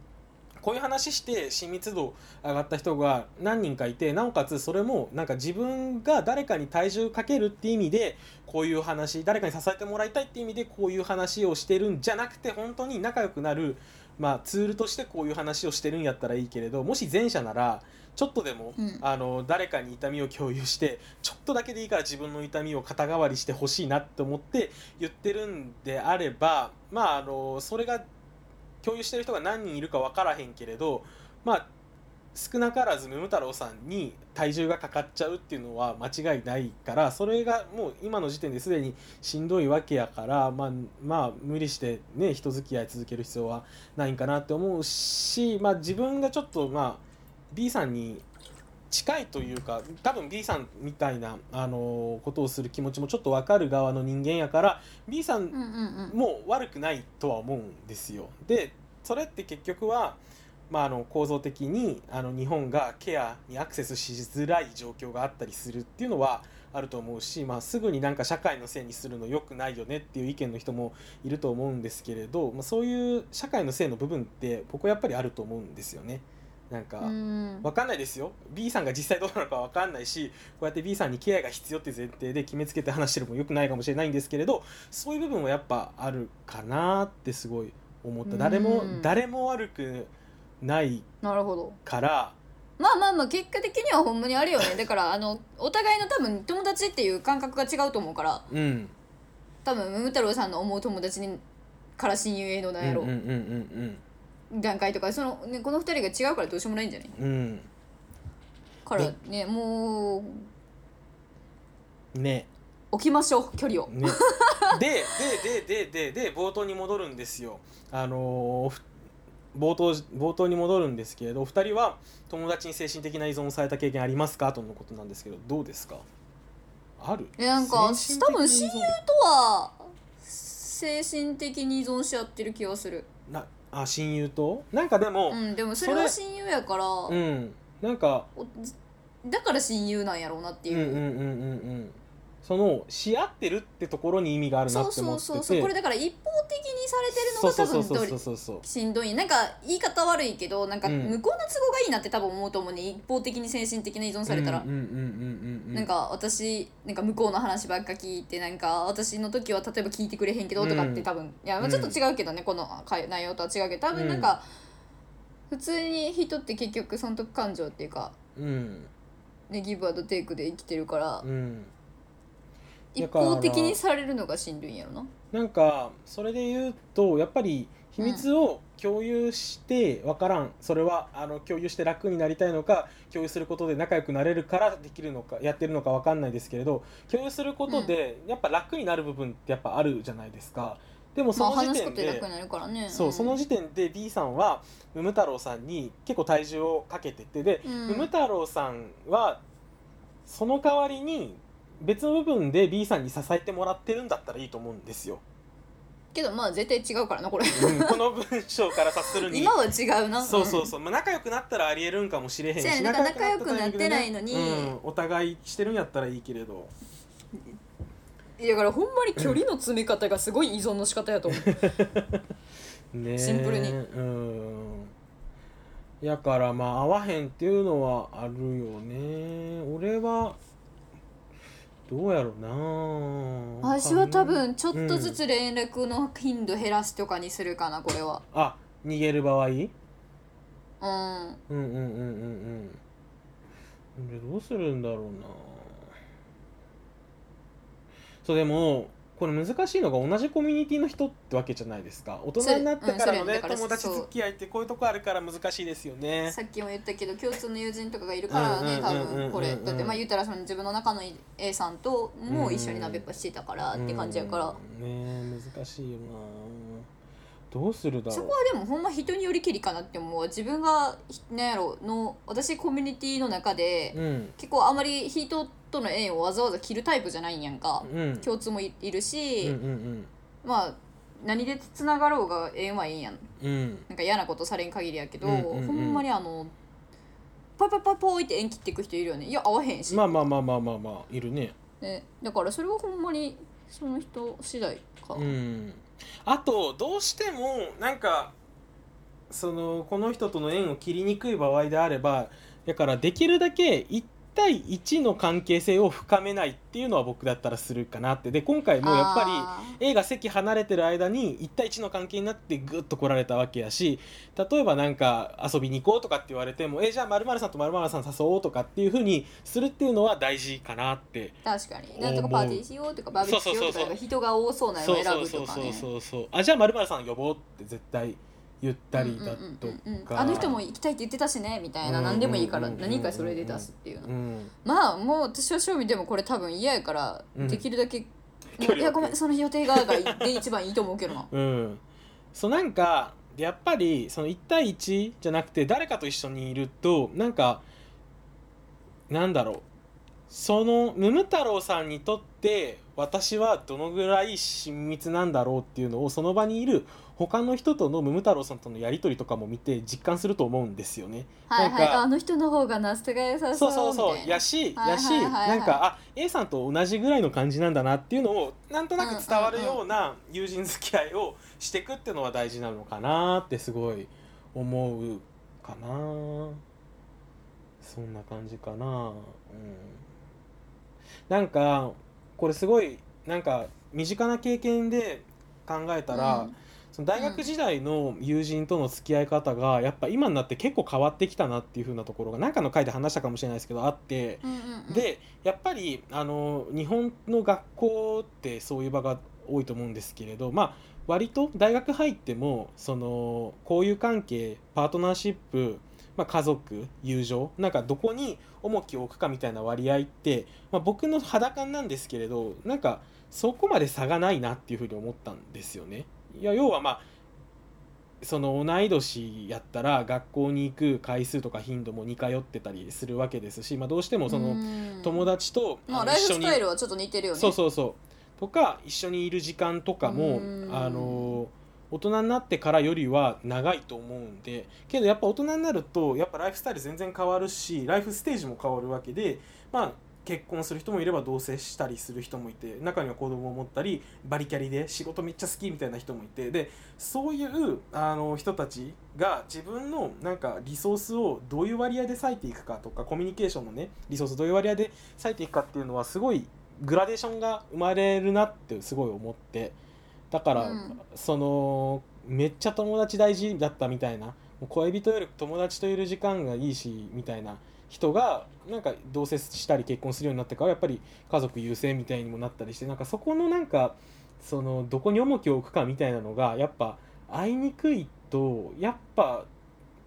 Speaker 1: こういう話して親密度上がった人が何人かいてなおかつそれもなんか自分が誰かに体重かけるって意味でこういう話誰かに支えてもらいたいって意味でこういう話をしてるんじゃなくて本当に仲良くなる、まあ、ツールとしてこういう話をしてるんやったらいいけれどもし前者ならちょっとでも、
Speaker 2: うん
Speaker 1: あの誰かに痛みを共有してちょっとだけでいいから自分の痛みを肩代わりしてほしいなって思って言ってるんであればまああのそれが共有してる人が何人いるか分からへんけれどまあ少なからずムム太郎さんに体重がかかっちゃうっていうのは間違いないからそれがもう今の時点ですでにしんどいわけやからまあまあ無理してね人付き合い続ける必要はないんかなって思うしまあ自分がちょっとまあ B さんに近いというか多分 B さんみたいなあのことをする気持ちもちょっと分かる側の人間やから B さん
Speaker 2: うんうんうん
Speaker 1: もう悪くないとは思うんですよ。でそれって結局は、まあ、あの構造的にあの日本がケアにアクセスしづらい状況があったりするっていうのはあると思うし、まあ、すぐになんか社会のせいにするの良くないよねっていう意見の人もいると思うんですけれど、まあ、そういう社会のせいの部分って僕はやっぱりあると思うんですよね。なんか、
Speaker 2: うん
Speaker 1: わかんないですよ B さんが実際どうなのかわかんないしこうやって B さんにケアが必要って前提で決めつけて話してるのもよくないかもしれないんですけれどそういう部分はやっぱあるかなってすごい思った誰も
Speaker 2: うん
Speaker 1: 誰も悪くない
Speaker 2: なるほど
Speaker 1: から
Speaker 2: まあまあまあ結果的にはほんまにあれよねだからあのお互いの多分友達っていう感覚が違うと思うから
Speaker 1: うん
Speaker 2: 多分ムム太郎さんの思う友達にから親友へのなんやろ
Speaker 1: うんうんうん
Speaker 2: 段階とかその、ね、この2人が違うからどうしようもないんじゃない
Speaker 1: うんうん
Speaker 2: からねもう
Speaker 1: うんね
Speaker 2: 置きましょう距離を。
Speaker 1: ねでででででで冒頭に戻るんですよあのーふ冒頭冒頭に戻るんですけれどお二人は友達に精神的な依存をされた経験ありますかとのことなんですけどどうですかある
Speaker 2: えなんか
Speaker 1: 精神的
Speaker 2: 多分
Speaker 1: に
Speaker 2: 親
Speaker 1: 依存
Speaker 2: 友とは精神的に依存し合ってる気がする。
Speaker 1: なあ親友となんかでも
Speaker 2: う、んでもそれは親友やから、
Speaker 1: うん、なんか
Speaker 2: おだから親友なんやろうなって
Speaker 1: うん
Speaker 2: い
Speaker 1: うん
Speaker 2: う。
Speaker 1: うんうんうんそのし合ってるってところに意味があるな
Speaker 2: そう
Speaker 1: って思
Speaker 2: そ
Speaker 1: っ
Speaker 2: う
Speaker 1: てて
Speaker 2: そうそうこれだから一方的にされてるの
Speaker 1: そう
Speaker 2: が
Speaker 1: そ
Speaker 2: 多
Speaker 1: うそう
Speaker 2: 分
Speaker 1: そう
Speaker 2: ど
Speaker 1: そう
Speaker 2: れ
Speaker 1: そうそう
Speaker 2: しんどいなんか言い方悪いけどなんか
Speaker 1: う
Speaker 2: 向
Speaker 1: ん
Speaker 2: こうの都合がいいなって多分思うと思うね一方的に精神的な依存されたら
Speaker 1: うんうんうんうんうん
Speaker 2: なんか私なんか向こうの話ばっか聞いてなんか私の時は例えば聞いてくれへんけどとかっ
Speaker 1: う
Speaker 2: て
Speaker 1: ん
Speaker 2: 多分、いやまあちょっと違うけどね、この回内容とは違うけど多
Speaker 1: うん
Speaker 2: 分なんか、普通に人って結局損得感情っていうか、
Speaker 1: うん
Speaker 2: ね、ギブアンドテイクで生きてるから、
Speaker 1: うん
Speaker 2: 一
Speaker 1: だから
Speaker 2: 方的にされるのがしんどいんやろな。
Speaker 1: なんかそれで言うとやっぱり秘密を共有して分からん、それはあの共有して楽になりたいのか共有することで仲良くなれるからできるのかやってるのか分かんないですけれど共有することでやっぱ楽になる部分ってやっぱあるじゃないですか。でもそ
Speaker 2: ま
Speaker 1: の
Speaker 2: あ
Speaker 1: 時
Speaker 2: 話すこ
Speaker 1: 点
Speaker 2: とで
Speaker 1: で
Speaker 2: 楽になるからね。
Speaker 1: そうその時点で B さんはムム太郎さんに結構体重をかけててで、
Speaker 2: うん
Speaker 1: ムム太郎さんはその代わりに別の部分で B さんに支えてもらってるんだったらいいと思うんですよ。
Speaker 2: けどまあ絶対違うからなこれ。
Speaker 1: うんこの文章から察するに
Speaker 2: 今は違うな。
Speaker 1: そうそうそう、まあ、仲良くなったらありえるんかもしれへんし
Speaker 2: そうやねだから仲良くなっ
Speaker 1: 仲良
Speaker 2: てないのに
Speaker 1: タイミングでねうんお互いしてるんやったらいいけれど
Speaker 2: うん。だからほんまに距離の詰め方がすごい依存の仕方やと思う。
Speaker 1: ねえ
Speaker 2: シンプルに
Speaker 1: うんやからまあ合わへんっていうのはあるよね俺はどうやろうな
Speaker 2: 私は多分ちょっとずつ連絡の頻度減らしとかにするかなこれは
Speaker 1: あ逃げる場合うん
Speaker 2: うん
Speaker 1: うんうんうんうんでどうするんだろうなそうでもこれ難しいのが同じコミュニティの人ってわけじゃないですか大人になってからの
Speaker 2: それうんそれ
Speaker 1: ね
Speaker 2: だから
Speaker 1: 友達付き合いってこういうとこあるから難しいですよね
Speaker 2: さっきも言ったけど共通の友人とかがいるから
Speaker 1: う
Speaker 2: ね
Speaker 1: んう
Speaker 2: 多
Speaker 1: んうんうんうん
Speaker 2: 分これだってまあ言ったらその自分の中の A さんとも一緒に鍋っぱしてたからって感じやから
Speaker 1: うんねえ難しいよなどうするだろう
Speaker 2: そこはでもほんま人によりきりかなって思う自分がなんやろの私コミュニティの中で
Speaker 1: うん
Speaker 2: 結構あまり人との縁をわざわざ切るタイプじゃないんやんか
Speaker 1: うん
Speaker 2: 共通もいいる
Speaker 1: うん
Speaker 2: し
Speaker 1: うん
Speaker 2: まあ何でつながろうが縁はいいんやん
Speaker 1: うんうん
Speaker 2: なんか嫌なことされん限りやけど、
Speaker 1: うんうんうん
Speaker 2: ほんまにあのパイパイパイポイって縁切っていく人いるよねいや合わへんし、
Speaker 1: まあまあまあまあまあまあいるね
Speaker 2: ね、だからそれはほんまにその人次第か、
Speaker 1: うんあとどうしてもなんかそのこの人との縁を切りにくい場合であればだからできるだけ1対1の関係性を深めないっていうのは僕だったらするかなってで今回もやっぱり
Speaker 2: あ
Speaker 1: A が席離れてる間に1対1の関係になってグッと来られたわけやし例えばなんか遊びに行こうとかって言われても「えじゃあ〇〇さんと〇〇さん誘おう」とかっていうふうにするっていうのは大事かなって
Speaker 2: ー確かになんとかパーティーしようとかバーベキューしよ
Speaker 1: そうそうそう
Speaker 2: うとか
Speaker 1: そう
Speaker 2: なんか人が多そうなのを
Speaker 1: そう
Speaker 2: 選
Speaker 1: そう
Speaker 2: ぶ
Speaker 1: そ
Speaker 2: と
Speaker 1: う
Speaker 2: か
Speaker 1: そう
Speaker 2: ね
Speaker 1: そうそうあじゃあ〇〇さん呼ぼうって絶対言ったりだと
Speaker 2: うんうんうんうんうん
Speaker 1: か
Speaker 2: あの人も行きたいって言ってたしねみたいな
Speaker 1: うんうんうんうん
Speaker 2: 何でもいいから何かそれで出すっていうの
Speaker 1: うん
Speaker 2: まあもう私は正味でもこれ多分嫌やから
Speaker 1: うん
Speaker 2: できるだけ、
Speaker 1: 距離
Speaker 2: もう
Speaker 1: を
Speaker 2: いやごめんその日予定があるからで一番いいと思うけど
Speaker 1: *laughs*
Speaker 2: な
Speaker 1: うんそうなんかやっぱりその1対1じゃなくて誰かと一緒にいるとなんかなんだろうそのムム太郎さんにとって私はどのぐらい親密なんだろうっていうのをその場にいる他の人とのムム太郎さんとのやり取りとかも見て実感すると思うんですよね。
Speaker 2: はい
Speaker 1: なん
Speaker 2: はい
Speaker 1: か
Speaker 2: あの人の方がナステが良さ
Speaker 1: そ
Speaker 2: そう
Speaker 1: うそうそう
Speaker 2: みたいな
Speaker 1: やし
Speaker 2: はい
Speaker 1: やし、
Speaker 2: はいはいはい
Speaker 1: なんかあ A さんと同じぐらいの感じなんだなっていうのをなんとなく伝わるような友人付き合いをしていくっていうのは大事なのかなってすごい思うかなそんな感じかなうんなんかこれすごいなんか身近な経験で考えたら、
Speaker 2: うん
Speaker 1: その大学時代の友人との付き合い方がやっぱ今になって結構変わってきたなっていう風なところが何かの回で話したかもしれないですけどあって、
Speaker 2: うんうんうん、
Speaker 1: でやっぱりあの日本の学校ってそういう場が多いと思うんですけれどまあ割と大学入ってもその交友関係パートナーシップ、まあ、家族友情なんかどこに重きを置くかみたいな割合って、まあ、僕の裸感なんですけれどなんかそこまで差がないなっていうふうに思ったんですよね。いや要はまあその同い年やったら学校に行く回数とか頻度も似通ってたりするわけですし、まあ、どうしてもその友
Speaker 2: 達
Speaker 1: 達と
Speaker 2: まあ
Speaker 1: あの
Speaker 2: ライフ
Speaker 1: 一緒
Speaker 2: ス
Speaker 1: に
Speaker 2: タイルはちょっと似てるよね
Speaker 1: そうそうそうとか一緒にいる時間とかも
Speaker 2: うん
Speaker 1: あの大人になってからよりは長いと思うんでけどやっぱ大人になるとやっぱライフスタイル全然変わるしライフステージも変わるわけでまあ結婚する人もいれば同棲したりする人もいて中には子供を持ったりバリキャリで仕事めっちゃ好きみたいな人もいてでそういうあの人たちが自分のなんかリソースをどういう割合で割いていくかとかコミュニケーションのねリソースどういう割合で割いていくかっていうのはすごいグラデーションが生まれるなってすごい思ってだから、
Speaker 2: うん
Speaker 1: そのめっちゃ友達大事だったみたいなもう恋人より友達といる時間がいいしみたいな人がなんか同棲したり結婚するようになってからやっぱり家族優先みたいにもなったりしてなんかそこのなんかそのどこに重きを置くかみたいなのがやっぱ会いにくいとやっぱ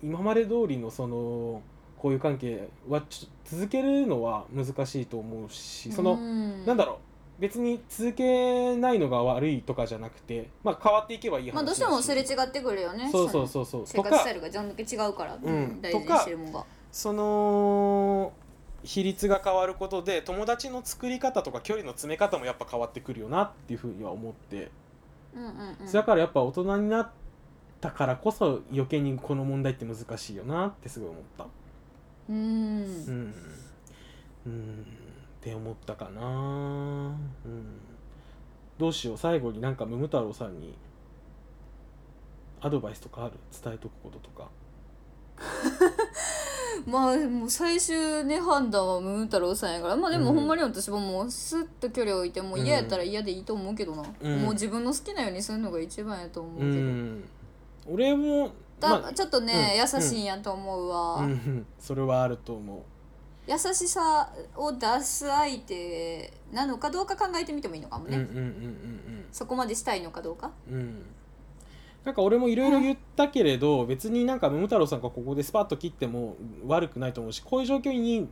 Speaker 1: 今まで通りのその交友関係はちょ続けるのは難しいと思うしその、なんだろ
Speaker 2: ろ
Speaker 1: う別に続けないのが悪いとかじゃなくて、まあ、変わっていけばいい話だし
Speaker 2: まあどうしてもすれ違ってくるよね
Speaker 1: そうそう
Speaker 2: う
Speaker 1: そうそう
Speaker 2: 生
Speaker 1: と
Speaker 2: 活ス
Speaker 1: か
Speaker 2: タイルがどんだけ違うから、
Speaker 1: うん
Speaker 2: 大事にしてるもんが
Speaker 1: その比率が変わることで友達の作り方とか距離の詰め方もやっぱ変わってくるよなっていうふうには思って、
Speaker 2: うんうんうん
Speaker 1: だからやっぱ大人になったからこそ余計にこの問題って難しいよなってすごい思った。
Speaker 2: う
Speaker 1: うんん、うん、って思ったかな、うん、どうしよう最後になんかムム太郎さんにアドバイスとかある伝えとくこととか
Speaker 2: まあもう最終ね判断はムー太郎さんやからまあでも
Speaker 1: うん
Speaker 2: ほんまに私ももうスッと距離を置いてもう嫌やったら嫌でいいと思うけどな、
Speaker 1: うん
Speaker 2: もう自分の好きなようにするのが一番やと思う
Speaker 1: う
Speaker 2: けど、
Speaker 1: ん俺も
Speaker 2: だ
Speaker 1: ま
Speaker 2: ちょっとね、
Speaker 1: うん
Speaker 2: 優しいんやと思うわ、
Speaker 1: あうんそれはあると思う
Speaker 2: 優しさを出す相手なのかどうか考えてみてもいいのかもね、
Speaker 1: うんうんうん
Speaker 2: そこまでしたいのかどうか
Speaker 1: うんうんうんなんか俺もいろいろ言ったけれど、別になんかムム太郎さんがここでスパッと切っても悪くないと思うしこういう状況に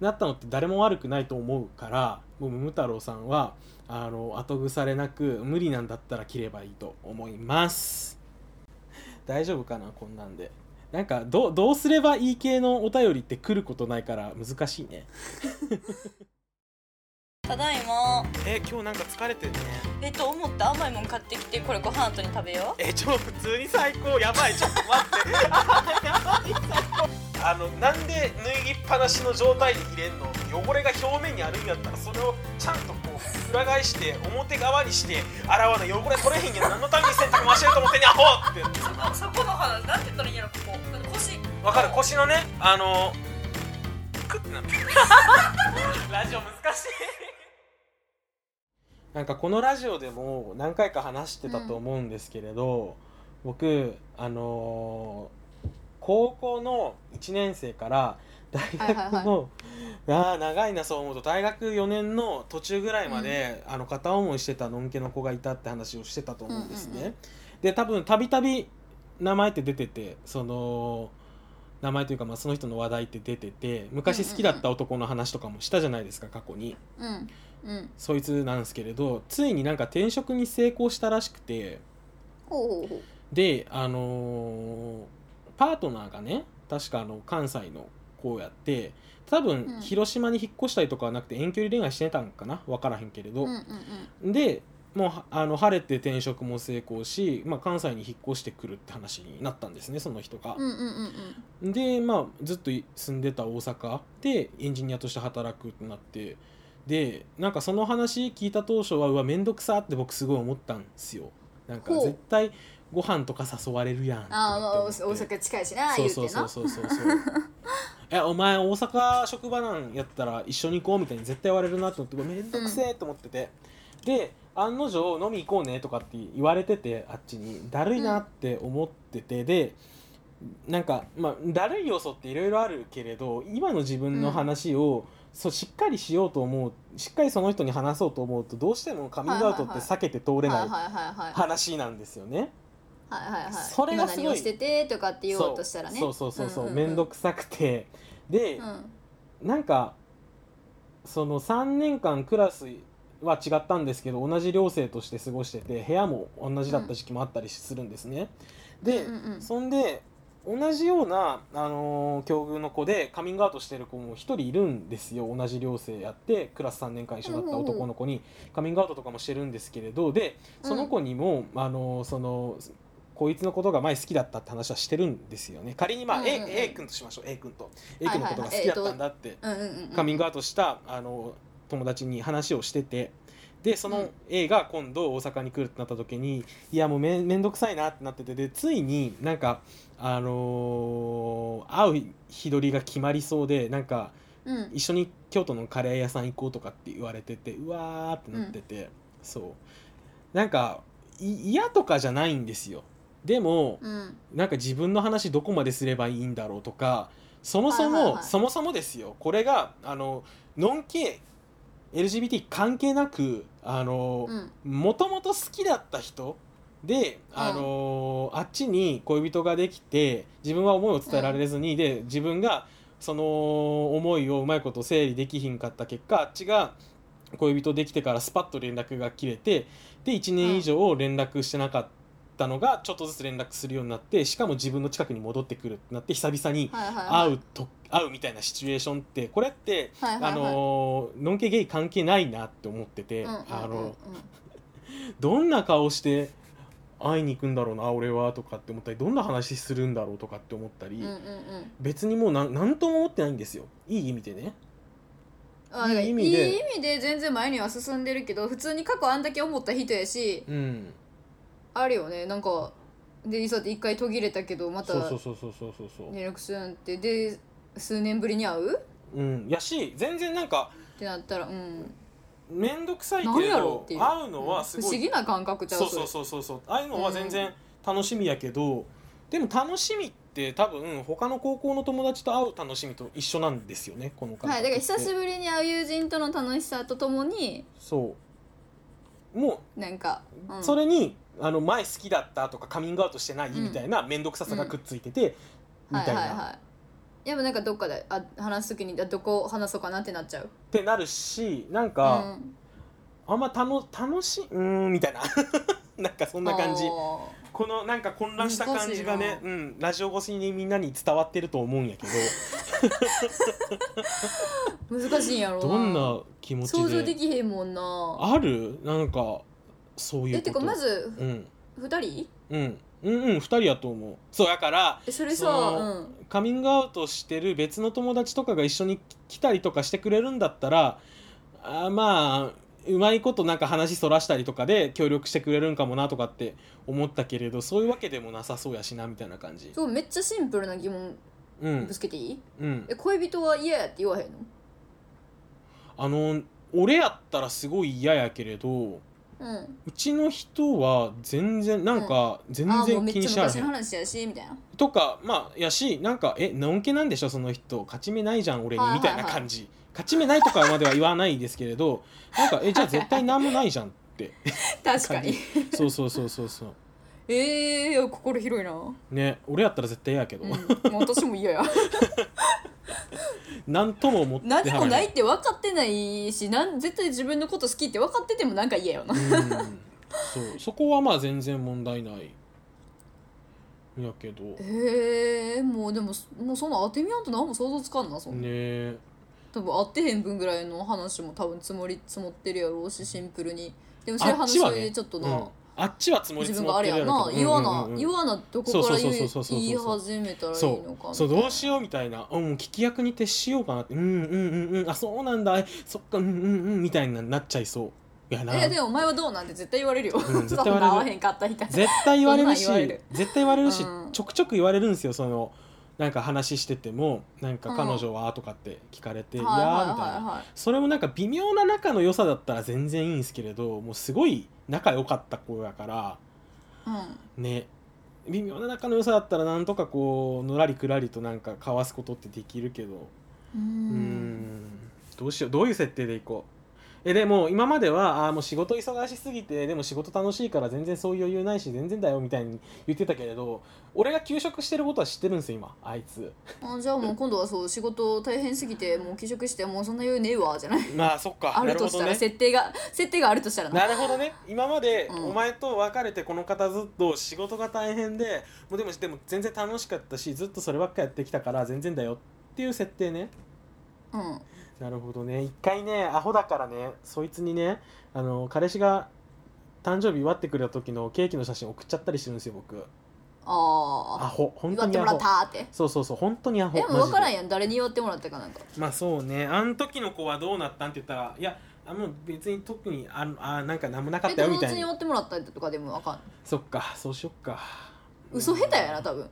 Speaker 1: なったのって誰も悪くないと思うからもうムム太郎さんはあの後腐れなく無理なんだったら切ればいいと思います大丈夫かなこんなんでなんかどうどうすればいい系のお便りって来ることないから難しいね
Speaker 2: ただいま
Speaker 1: え今日なんか疲れてるね
Speaker 2: えっと思った甘いもん買ってきてこれご飯とに食べよ
Speaker 1: え超普通に最高やばいちょっと待って *laughs* やばい最高あのなんで脱ぎっぱなしの状態で入れんの汚れが表面にあるんやったらそれをちゃんとこう裏返して表側にして洗わない汚れ取れへんやん何のために洗濯回してると思ってんねんアホって
Speaker 2: うそこそこの話なんて言ったらいいんやろここ腰
Speaker 1: わかる腰のねあのクッてなってる *laughs* ラジオ難しいなんかこのラジオでも何回か話してたと思うんですけれど、僕あのー高校の1年生から大学の、
Speaker 2: はいはい
Speaker 1: ああ長いなそう思うと大学4年の途中ぐらいまで、あの片思いしてたのんけの子がいたって話をしてたと思うんですね。
Speaker 2: うんうんうん
Speaker 1: で多分たびたび名前って出ててその名前というか、まあ、その人の話題って出てて昔好きだった男の話とかもしたじゃないですか過去に
Speaker 2: うんうん
Speaker 1: そいつなんですけれどついになんか転職に成功したらしくて
Speaker 2: ほうほうほう
Speaker 1: であのーパートナーがね確かあの関西のこうやって多
Speaker 2: う
Speaker 1: 分
Speaker 2: ん
Speaker 1: 広島に引っ越したりとかはなくて遠距離恋愛してたんかな分からへんけれど、
Speaker 2: うんうんうん
Speaker 1: でもうはあの晴れて転職も成功し、まあ、関西に引っ越してくるって話になったんですねその人が。
Speaker 2: うんうんうん
Speaker 1: でまあずっとい住んでた大阪でエンジニアとして働くってなってでなんかその話聞いた当初はうわ面倒くさって僕すごい思ったんですよ。なんか
Speaker 2: ほう
Speaker 1: 絶対ご飯とか誘われるやんって
Speaker 2: ああまあ
Speaker 1: な
Speaker 2: 大
Speaker 1: って思って
Speaker 2: 阪近いしな
Speaker 1: そ
Speaker 2: 言
Speaker 1: う
Speaker 2: うて
Speaker 1: そう
Speaker 2: な
Speaker 1: そうそうそうそう
Speaker 2: *laughs*
Speaker 1: えお前大阪職場なんやったら一緒に行こうみたいに絶対言われるなと思ってうわめんどくせえと思ってて、で案の定飲み行こうねとかって言われててあっちにだるいなって思っててでなんかまあだるい要素っていろいろあるけれど今の自分の話を、そうしっかりしようと思うしっかりその人に話そうと思うとどうしてもカミングアウトって避けて通れ
Speaker 2: は
Speaker 1: ないい
Speaker 2: はいはいはい
Speaker 1: 話なんですよね。
Speaker 2: はいはいはい
Speaker 1: それがすごい
Speaker 2: 今何をしててとかって言おうとしたらね
Speaker 1: そうそうそうそう
Speaker 2: 面
Speaker 1: 面倒、くさくてで、
Speaker 2: うん
Speaker 1: なんかその3年間クラスは違ったんですけど同じ寮生として過ごしてて部屋も同じだった時期もあったりするんですね。で、
Speaker 2: うんうん
Speaker 1: そんで同じような、あのー境遇の子でカミングアウトしてる子も一人いるんですよ同じ寮生やってクラス3年間一緒だった男の子にカミングアウトとかもしてるんですけれどでその子にも、あのーそのこいつのことが前好きだったって話はしてるんですよね仮にまあ、
Speaker 2: うんうんうん
Speaker 1: A, A 君としましょう A 君と A
Speaker 2: はいはい
Speaker 1: 君のことが好きだったんだって、
Speaker 2: うんうんうんうん
Speaker 1: カミングアウトしたあの友達に話をしててでそうの
Speaker 2: ん
Speaker 1: A が今度大阪に来るってなった時にいやもうめめんどくさいなってなっててでついになんかあのー会う日取りが決まりそうでなんか
Speaker 2: うん
Speaker 1: 一緒に京都のカレー屋さん行こうとかって言われててうわーってなってて、そうなんかい嫌とかじゃないんですよでも、
Speaker 2: うん
Speaker 1: なんか自分の話どこまですればいいんだろうとかそもそも、
Speaker 2: はいはいはい
Speaker 1: そもそもですよこれがあのノン系 LGBT 関係なくあの
Speaker 2: うん
Speaker 1: もともと好きだった人で、あのあっちに恋人ができて自分は思いを伝えられずに、で自分がその思いをうまいこと整理できひんかった結果あっちが恋人できてからスパッと連絡が切れてで1年以上連絡してなかったのがちょっとずつ連絡するようになってしかも自分の近くに戻ってくるってなって久々に
Speaker 2: はいはいはい
Speaker 1: 会うと会うみたいなシチュエーションってこれって、
Speaker 2: はいはいはい
Speaker 1: あのーのんけゲイ関係ないなって思ってて、
Speaker 2: うんうんうんうん
Speaker 1: あのどんな顔して会いに行くんだろうな俺はとかって思ったりどんな話するんだろうとかって思ったり、
Speaker 2: うんうんうん
Speaker 1: 別にもうなんなんとも思ってないんですよいい意味でね
Speaker 2: あなんか
Speaker 1: い
Speaker 2: い
Speaker 1: い意
Speaker 2: い意
Speaker 1: 味で
Speaker 2: 味で全然前には進んでるけど普通に過去あんだけ思った人やし
Speaker 1: うん
Speaker 2: あるよねなんかでそうやって一回途切れたけどまた
Speaker 1: そうそうそうそうそうそうそう、
Speaker 2: 連絡するなんてで数年ぶりに会うっ
Speaker 1: うんやし全然なんか
Speaker 2: てなったらうん
Speaker 1: 面倒くさいけ
Speaker 2: なんやろ
Speaker 1: ど
Speaker 2: っていう
Speaker 1: 会うのはす
Speaker 2: 不
Speaker 1: ご
Speaker 2: 思
Speaker 1: い、
Speaker 2: 議な感覚ちゃう
Speaker 1: そう
Speaker 2: れ
Speaker 1: そうそうそうそう会うのは全然楽しみやけど、でも楽しみって多分他の高校の友達と会う楽しみと一緒なんですよねこの感
Speaker 2: はい、だから久
Speaker 1: ぶ
Speaker 2: しぶりに会う友人との楽しさとともに
Speaker 1: そうもう
Speaker 2: なんか、うん
Speaker 1: それにあの前好きだったとかカミングアウトしてないみたいな面倒くささがくっついてて、みたいな、
Speaker 2: はいはいはいやっぱなんかどっかであ話す時にあどこ話そうかなってなっちゃう
Speaker 1: ってなるしなんか、
Speaker 2: うん
Speaker 1: あんま楽楽しいうーんみたいな *laughs* なんかそんな感じ
Speaker 2: あ
Speaker 1: このなんか混乱した感じがね
Speaker 2: 難しいな、
Speaker 1: うん、ラジオ越しにみんなに伝わってると思うんやけ
Speaker 2: ー難しいんやろ
Speaker 1: ど
Speaker 2: う
Speaker 1: どんな気持
Speaker 2: 想像
Speaker 1: ち
Speaker 2: で
Speaker 1: で
Speaker 2: きへんもんな
Speaker 1: あるなんかそうい
Speaker 2: え
Speaker 1: う
Speaker 2: て
Speaker 1: こと
Speaker 2: かまず
Speaker 1: うん
Speaker 2: 2人
Speaker 1: うんうんうん2人やと思うそうだから
Speaker 2: えそれ
Speaker 1: そ
Speaker 2: さ
Speaker 1: の
Speaker 2: うん
Speaker 1: カミングアウトしてる別の友達とかが一緒に来たりとかしてくれるんだったらあーまあうまいことなんか話そらしたりとかで協力してくれるんかもなとかって思ったけれどそういうわけでもなさそうやしなみたいな感じ
Speaker 2: そうめっちゃシンプルな疑問
Speaker 1: うん
Speaker 2: ぶつけていい、
Speaker 1: うん
Speaker 2: え恋人は嫌やって言わへんの
Speaker 1: あの俺やったらすごい嫌やけれど
Speaker 2: うん、
Speaker 1: うちの人は全然なんか全
Speaker 2: ああもう
Speaker 1: 然
Speaker 2: めっ
Speaker 1: 気
Speaker 2: ち
Speaker 1: に
Speaker 2: ゃ
Speaker 1: しちゃう
Speaker 2: 昔の話やしみたいな *laughs*
Speaker 1: とかまあやしなんか「えのんけなんでしょその人勝ち目ないじゃん俺に
Speaker 2: は」いはい
Speaker 1: みたいな感じ、勝ち目ないとかまでは言わないですけれ
Speaker 2: *laughs*
Speaker 1: どなんか「えじゃあ絶対何もないじゃん」って
Speaker 2: 確かに
Speaker 1: そうそうそうそうそう
Speaker 2: ええー、心広いな、うん、
Speaker 1: ね俺やったら絶対嫌やけど、
Speaker 2: もう私も
Speaker 1: *laughs*
Speaker 2: 嫌や
Speaker 1: なんとも思って
Speaker 2: 何も
Speaker 1: は
Speaker 2: ないって分かってないしなん絶対自分のこと好きって分かっててもなんか嫌よな
Speaker 1: うんそうそこはまあ全然問題ないやけどね
Speaker 2: ええー、もうでももうそんな当てみやんと何も想像つかんなそんな、
Speaker 1: え
Speaker 2: 多分会ってへん分ぐらいの話も多分積もり積もってるやろうしシンプルにでもそれ
Speaker 1: あっち
Speaker 2: 話
Speaker 1: は
Speaker 2: は
Speaker 1: ね
Speaker 2: ちょっと
Speaker 1: う
Speaker 2: な、
Speaker 1: ん、あっちは積もり
Speaker 2: 自
Speaker 1: 積
Speaker 2: 分
Speaker 1: も
Speaker 2: があ
Speaker 1: ってる
Speaker 2: れや
Speaker 1: や
Speaker 2: ん
Speaker 1: ろ
Speaker 2: な
Speaker 1: うけ
Speaker 2: 言
Speaker 1: ど
Speaker 2: わ
Speaker 1: うん
Speaker 2: な
Speaker 1: うんうん
Speaker 2: 言わなどこから言い
Speaker 1: そうそうそうそうそうそう
Speaker 2: 言い始めたらいいのか
Speaker 1: そうそうどうしようみたいなうん聞き役に徹しようかなってうんうんうんうんあそうなんだえそっかうんうんうんみたいになっちゃいそういやな
Speaker 2: えでもお前はどうなんて絶対言われるよ、 *laughs*
Speaker 1: ん絶
Speaker 2: そん
Speaker 1: 対言わ
Speaker 2: な
Speaker 1: れる
Speaker 2: 合わへんかったみたいな
Speaker 1: 絶対言われるし
Speaker 2: そんなん言われる
Speaker 1: 絶対言われるし、
Speaker 2: うん
Speaker 1: ちょくちょく言われるんですよそのなんか話しててもなんか
Speaker 2: うん
Speaker 1: 彼女はとかって聞かれて、いや
Speaker 2: はい
Speaker 1: ーみたいな
Speaker 2: は
Speaker 1: それもなんか微妙な仲の良さだったら全然いいんですけれどもうすごい仲良かった子やから
Speaker 2: いはいはいうん
Speaker 1: ね微妙な仲の良さだったらなんとかこうのらりくらりとなんか交わすことってできるけど
Speaker 2: う
Speaker 1: うー
Speaker 2: ん
Speaker 1: んどうしようどういう設定でいこうえでも今まではあーもう仕事忙しすぎてでも仕事楽しいから全然そういう余裕ないし全然だよみたいに言ってたけれど俺が休職してることは知ってるんですよ今あいつ
Speaker 2: あじゃあもう今度はそう仕事大変すぎてもう休職してもうそんな余裕ねえわじゃない
Speaker 1: *laughs* まあそっか
Speaker 2: あるとしたら設定が、設定があるとしたら
Speaker 1: な
Speaker 2: な
Speaker 1: るほどね今まで
Speaker 2: うん
Speaker 1: お前と別れてこの方ずっと仕事が大変で、もうでもでも全然楽しかったしずっとそればっかやってきたから全然だよっていう設定ね
Speaker 2: うん
Speaker 1: なるほどね一回ねアホだからねそいつにねあの彼氏が誕生日祝ってくれた時のケーキの写真送っちゃったりしてるんですよ僕ア
Speaker 2: ああ
Speaker 1: ホ本
Speaker 2: 祝
Speaker 1: 当
Speaker 2: って
Speaker 1: に
Speaker 2: も
Speaker 1: ア
Speaker 2: らっ
Speaker 1: ホ
Speaker 2: たーって
Speaker 1: そうそうそう本当にアホ
Speaker 2: えもう分からん
Speaker 1: ん
Speaker 2: やん誰に祝ってもらったかなんか
Speaker 1: まあそうねあの時の子はどうなったんって言ったらいやあもう別に特にああなんか何もなかっ
Speaker 2: え
Speaker 1: たよ
Speaker 2: 友
Speaker 1: みた
Speaker 2: 達
Speaker 1: い
Speaker 2: に
Speaker 1: な
Speaker 2: 祝ってもらったりとかでも分かん
Speaker 1: そっかそうしよっか
Speaker 2: 嘘下手やな多分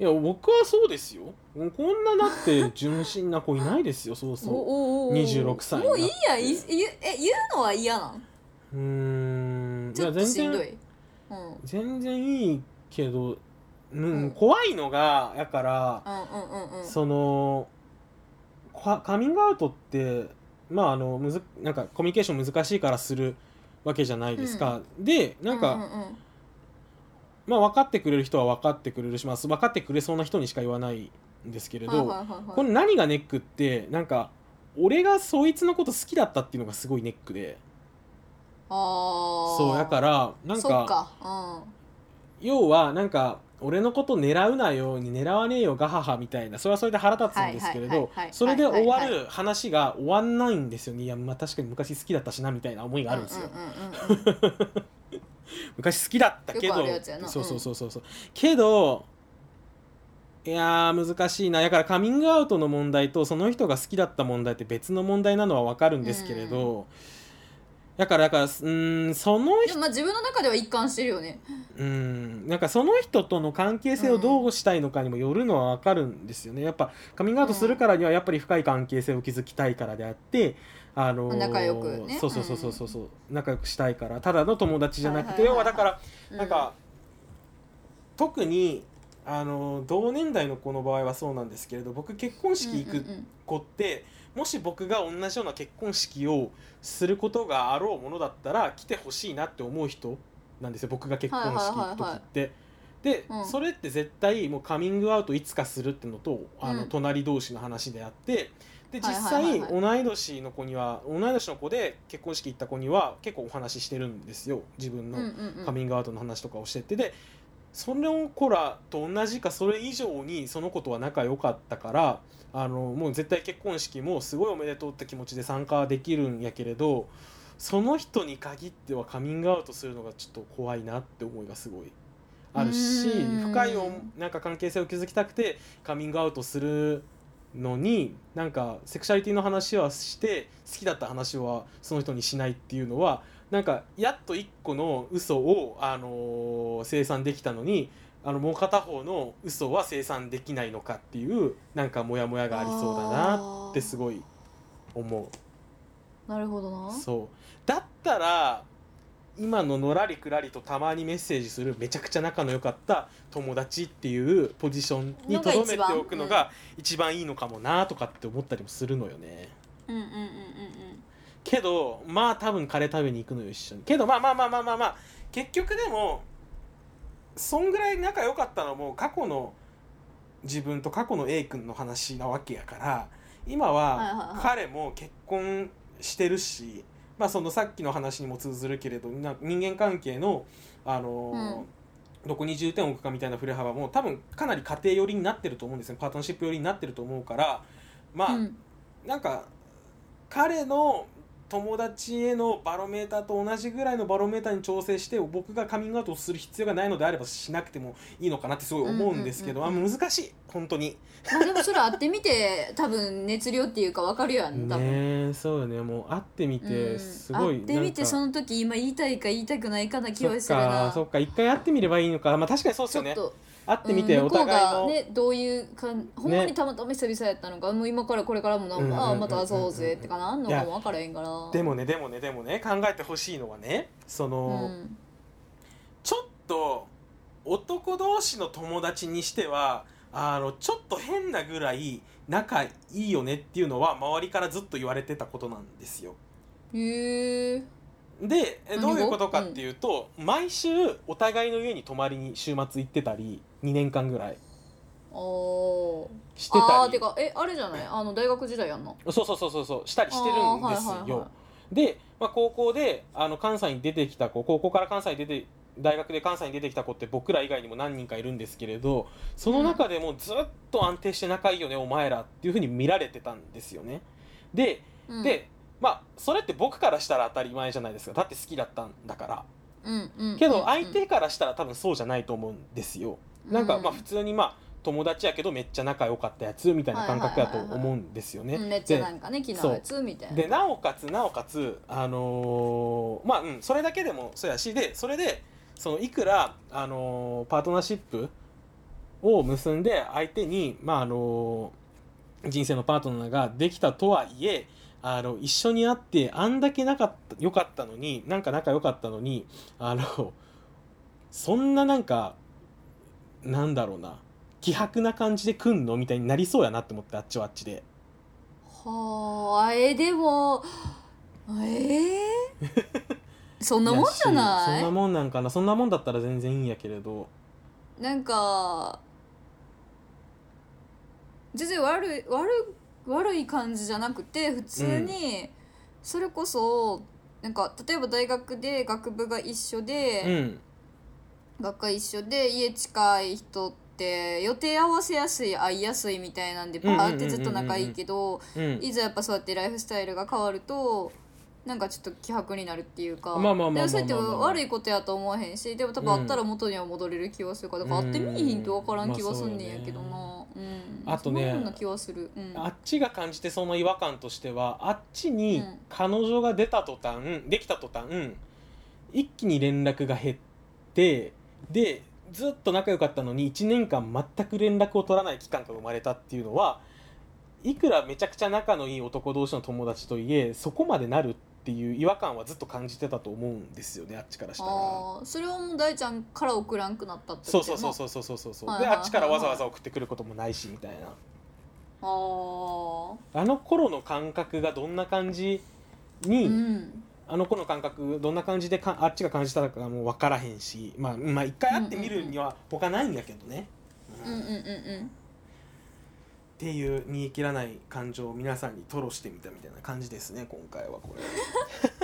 Speaker 1: いや僕はそうですよもうこんなだって純真な子いないですよそうそ
Speaker 2: おお
Speaker 1: 26歳
Speaker 2: もういいやんい言うえ言うのは嫌なん
Speaker 1: ううーん
Speaker 2: ちょっと
Speaker 1: や
Speaker 2: いしんど
Speaker 1: 然
Speaker 2: いうんうん
Speaker 1: 全然いいけど、うん
Speaker 2: うん
Speaker 1: 怖いのがやから、
Speaker 2: うんうんうん
Speaker 1: そのかカミングアウトってまああのむずなんかコミュニケーション難しいからするわけじゃないですか、でなんか、
Speaker 2: うんうん
Speaker 1: まあ分かってくれる人は分かってくれるし、まあ、分かってくれそうな人にしか言わないんですけ
Speaker 2: う
Speaker 1: れ
Speaker 2: ん
Speaker 1: ど、
Speaker 2: はいはいはいはい
Speaker 1: これ何がネックってなんか俺がそいつのこと好きだったっていうのがすごいネックで
Speaker 2: ああ
Speaker 1: そうだからなん
Speaker 2: そ
Speaker 1: か
Speaker 2: っか
Speaker 1: 要はなんか俺のこと狙うなよに狙わねえよガハハみたいなそれはそれで腹立つんですけれ
Speaker 2: はいはい
Speaker 1: ど
Speaker 2: はいはい
Speaker 1: それで終わ
Speaker 2: はい
Speaker 1: る話が終わんないんですよねいやまあ確かに昔好きだったしなみたいな思い
Speaker 2: うん
Speaker 1: があるんですよ
Speaker 2: うんうんうんうん
Speaker 1: 昔好きだったけ
Speaker 2: よく
Speaker 1: ど
Speaker 2: あるやつやな
Speaker 1: そうそうそうそうそうけどいやー難しいなだからカミングアウトの問題とその人が好きだった問題って別の問題なのは分かるんですけれど、だからだからうーんその
Speaker 2: で
Speaker 1: 人
Speaker 2: もまあ自分の中では一貫してるよね
Speaker 1: うーんなんかその人との関係性をどうしたいのかにもよるのは分かるんですよねやっぱカミングアウトするからにはやっぱり深い関係性を築きたいからであって。あのー
Speaker 2: 仲良くね
Speaker 1: そうそうそうそうそうそう仲良くしたいからただの友達じゃなくて
Speaker 2: はい
Speaker 1: 要
Speaker 2: はいはいは
Speaker 1: は
Speaker 2: い
Speaker 1: だからなんか、特にあの同年代の子の場合はそうなんですけれど僕結婚式行
Speaker 2: うん
Speaker 1: く
Speaker 2: うんうん
Speaker 1: 子って、もし僕が同じような結婚式をすることがあろうものだったら来てほしいなって思う人なんですよ僕が結婚式行く時って。で、
Speaker 2: うん
Speaker 1: それって絶対もうカミングアウトいつかするってのとあの
Speaker 2: うん
Speaker 1: 隣同士の話であってで
Speaker 2: は
Speaker 1: 実
Speaker 2: いはいはい
Speaker 1: 際
Speaker 2: は
Speaker 1: 同
Speaker 2: い
Speaker 1: い年の子には同い年の子で結婚式行った子には結構お話ししてるんですよ自分の
Speaker 2: うんうんうん
Speaker 1: カミングアウトの話とかをしててでその子らと同じかそれ以上にその子とは仲良かったからあのもう絶対結婚式もすごいおめでとうって気持ちで参加できるんやけれどその人に限ってはカミングアウトするのがちょっと怖いなって思いがすごいあるし
Speaker 2: うーん
Speaker 1: 深いおなんか関係性を築きたくてカミングアウトするのになんかセクシャリティの話はして好きだった話はその人にしないっていうのはなんかやっと一個の嘘をあのー生産できたのにあのもう片方の嘘は生産できないのかっていうなんかモヤモヤがありそうだなってすごい思
Speaker 2: なるほど
Speaker 1: う
Speaker 2: な
Speaker 1: そうだったら今ののらりくらりとたまにメッセージするめちゃくちゃ仲の良かった友達っていうポジションにとどめておくのが一番いいのかもなとかって思ったりもするのよね。
Speaker 2: うんうんうんうん
Speaker 1: けどまあ多分カレー食べに行くのよ一緒にけどまあまあまあまあまあまあ結局でもそんぐらい仲良かったのも過去の自分と過去の A 君の話なわけやから今
Speaker 2: はいはい
Speaker 1: は
Speaker 2: はい
Speaker 1: 彼も結婚してるしまあそのさっきの話にも通ずるけれどな人間関係のあのー
Speaker 2: うん
Speaker 1: どこに重点を置くかみたいな振れ幅も多分かなり家庭寄りになってると思うんですねパートナーシップ寄りになってると思うからまあ、
Speaker 2: うんうん
Speaker 1: なんか彼の友達へのバロメーターと同じぐらいのバロメーターに調整して僕がカミングアウトをする必要がないのであればしなくてもいいのかなってすごい思うんですけど、
Speaker 2: うんうんうんうん
Speaker 1: あ難しい本当に
Speaker 2: まあでもそれ会ってみて多分熱量っていうか分かるやん多分
Speaker 1: ねえそうよねもう会ってみ
Speaker 2: うん
Speaker 1: てすごい、
Speaker 2: 会ってみて
Speaker 1: なんか
Speaker 2: その時今言いたいか言いたくないかな気
Speaker 1: そ
Speaker 2: は
Speaker 1: っ
Speaker 2: するな
Speaker 1: かそっか一回会ってみればいいのかまあ確かにそうです
Speaker 2: ちょ
Speaker 1: よ
Speaker 2: っ
Speaker 1: ね
Speaker 2: と
Speaker 1: 会ってみて
Speaker 2: うん
Speaker 1: お
Speaker 2: 向こう
Speaker 1: 互い
Speaker 2: が
Speaker 1: の、
Speaker 2: ねどういうかんほんまにたまたま久々やったのかもう今からこれからもなん
Speaker 1: うんうんうんうん
Speaker 2: かあまた会そうぜってかなあんのかも分からへんから
Speaker 1: でもねでもねでもね考えてほしいのはねその、
Speaker 2: うん
Speaker 1: ちょっと男同士の友達にしてはあのちょっと変なぐらい仲いいよねっていうのは周りからずっと言われてたことなんですよ。
Speaker 2: へえ
Speaker 1: でえ
Speaker 2: 何
Speaker 1: ど
Speaker 2: 語
Speaker 1: ういうことかっていうと、毎週お互いの家に泊まりに週末行ってたり2年間ぐらい
Speaker 2: おー
Speaker 1: してたり
Speaker 2: あーてかえあれじゃないあの大学時代やんな
Speaker 1: そうそうそうそうそうしたりしてるんですよ。
Speaker 2: あーはいはいは
Speaker 1: で、まあ、高校であの関西に出てきた子高校から関西に出て大学で関西に出てきた子って僕ら以外にも何人かいるんですけれどその中でもずっと安定して仲いいよねお前らっていうふうに見られてたんですよね。で,、
Speaker 2: うん
Speaker 1: でまあそれって僕からしたら当たり前じゃないですかだって好きだったんだから。
Speaker 2: うんうん
Speaker 1: けど相手からしたら多分そうじゃないと思うんですよ。なんかまあ普通にまあ友達やけどめっちゃ仲良かったやつみたいな感覚だと思うんですよね。
Speaker 2: うんめっちゃなんかね昨日
Speaker 1: そう
Speaker 2: のやつみたいな
Speaker 1: でなおかつなおかつあのーまあ、うん、それだけでもそうやしでそれでそのいくら、あのーパートナーシップを結んで相手に、まああのー人生のパートナーができたとはいえあの一緒に会ってあんだけ仲良かったのになんか仲良かったのにあのそんななんかなんだろうな希薄な感じで来んのみたいになりそうやなって思ってあっちはあっちで。
Speaker 2: はあえでもええ *laughs* そんなもんじゃ
Speaker 1: やし
Speaker 2: な
Speaker 1: そんないもんなんかなそんなもんだったら全然いいんやけれど
Speaker 2: なんか全然悪い悪い悪い感じじゃなくて普通に、それこそなんか例えば大学で学部が一緒で、
Speaker 1: うん
Speaker 2: 学科一緒で家近い人って予定合わせやすい会いやすいみたいなんでバーってずっと仲いいけど
Speaker 1: うん
Speaker 2: いざやっぱそうやってライフスタイルが変わるとなんかちょっと希薄になるっていうか
Speaker 1: まあまあまあまあまあまあ
Speaker 2: でもそうやって悪いことやと思わへんしでも多分あったら元には戻れる気はするからだから会ってみいひんと分からん気はすんねんやけどなうん
Speaker 1: あとね
Speaker 2: そんなような気はするうん
Speaker 1: あっちが感じてその違和感としてはあっちに
Speaker 2: うん
Speaker 1: 彼女が出た途端できた途端一気に連絡が減ってでずっと仲良かったのに1年間全く連絡を取らない期間が生まれたっていうのはいくらめちゃくちゃ仲のいい男同士の友達といえそこまでなるっていう違和感はずっと感じてたと思うんですよねあっちからしたら。
Speaker 2: あーそれはもう大ちゃんから送らんくなったって
Speaker 1: そう
Speaker 2: こと
Speaker 1: そ
Speaker 2: や
Speaker 1: う
Speaker 2: な
Speaker 1: そうそうそうそうそうそう、
Speaker 2: はいはいはい
Speaker 1: であっちからわざわざ送ってくることもないしみたいな
Speaker 2: あ
Speaker 1: あの頃の感覚がどんな感じ
Speaker 2: ー
Speaker 1: に、
Speaker 2: うん
Speaker 1: あの頃の感覚どんな感じでかあっちが感じたのかもう分からへんしまあまあ一回会ってみるには他ないんやけどね、
Speaker 2: うんうんうんうん
Speaker 1: っていう煮え切らない感情を皆さんに吐露してみたみたいな感じですね今回はこれ。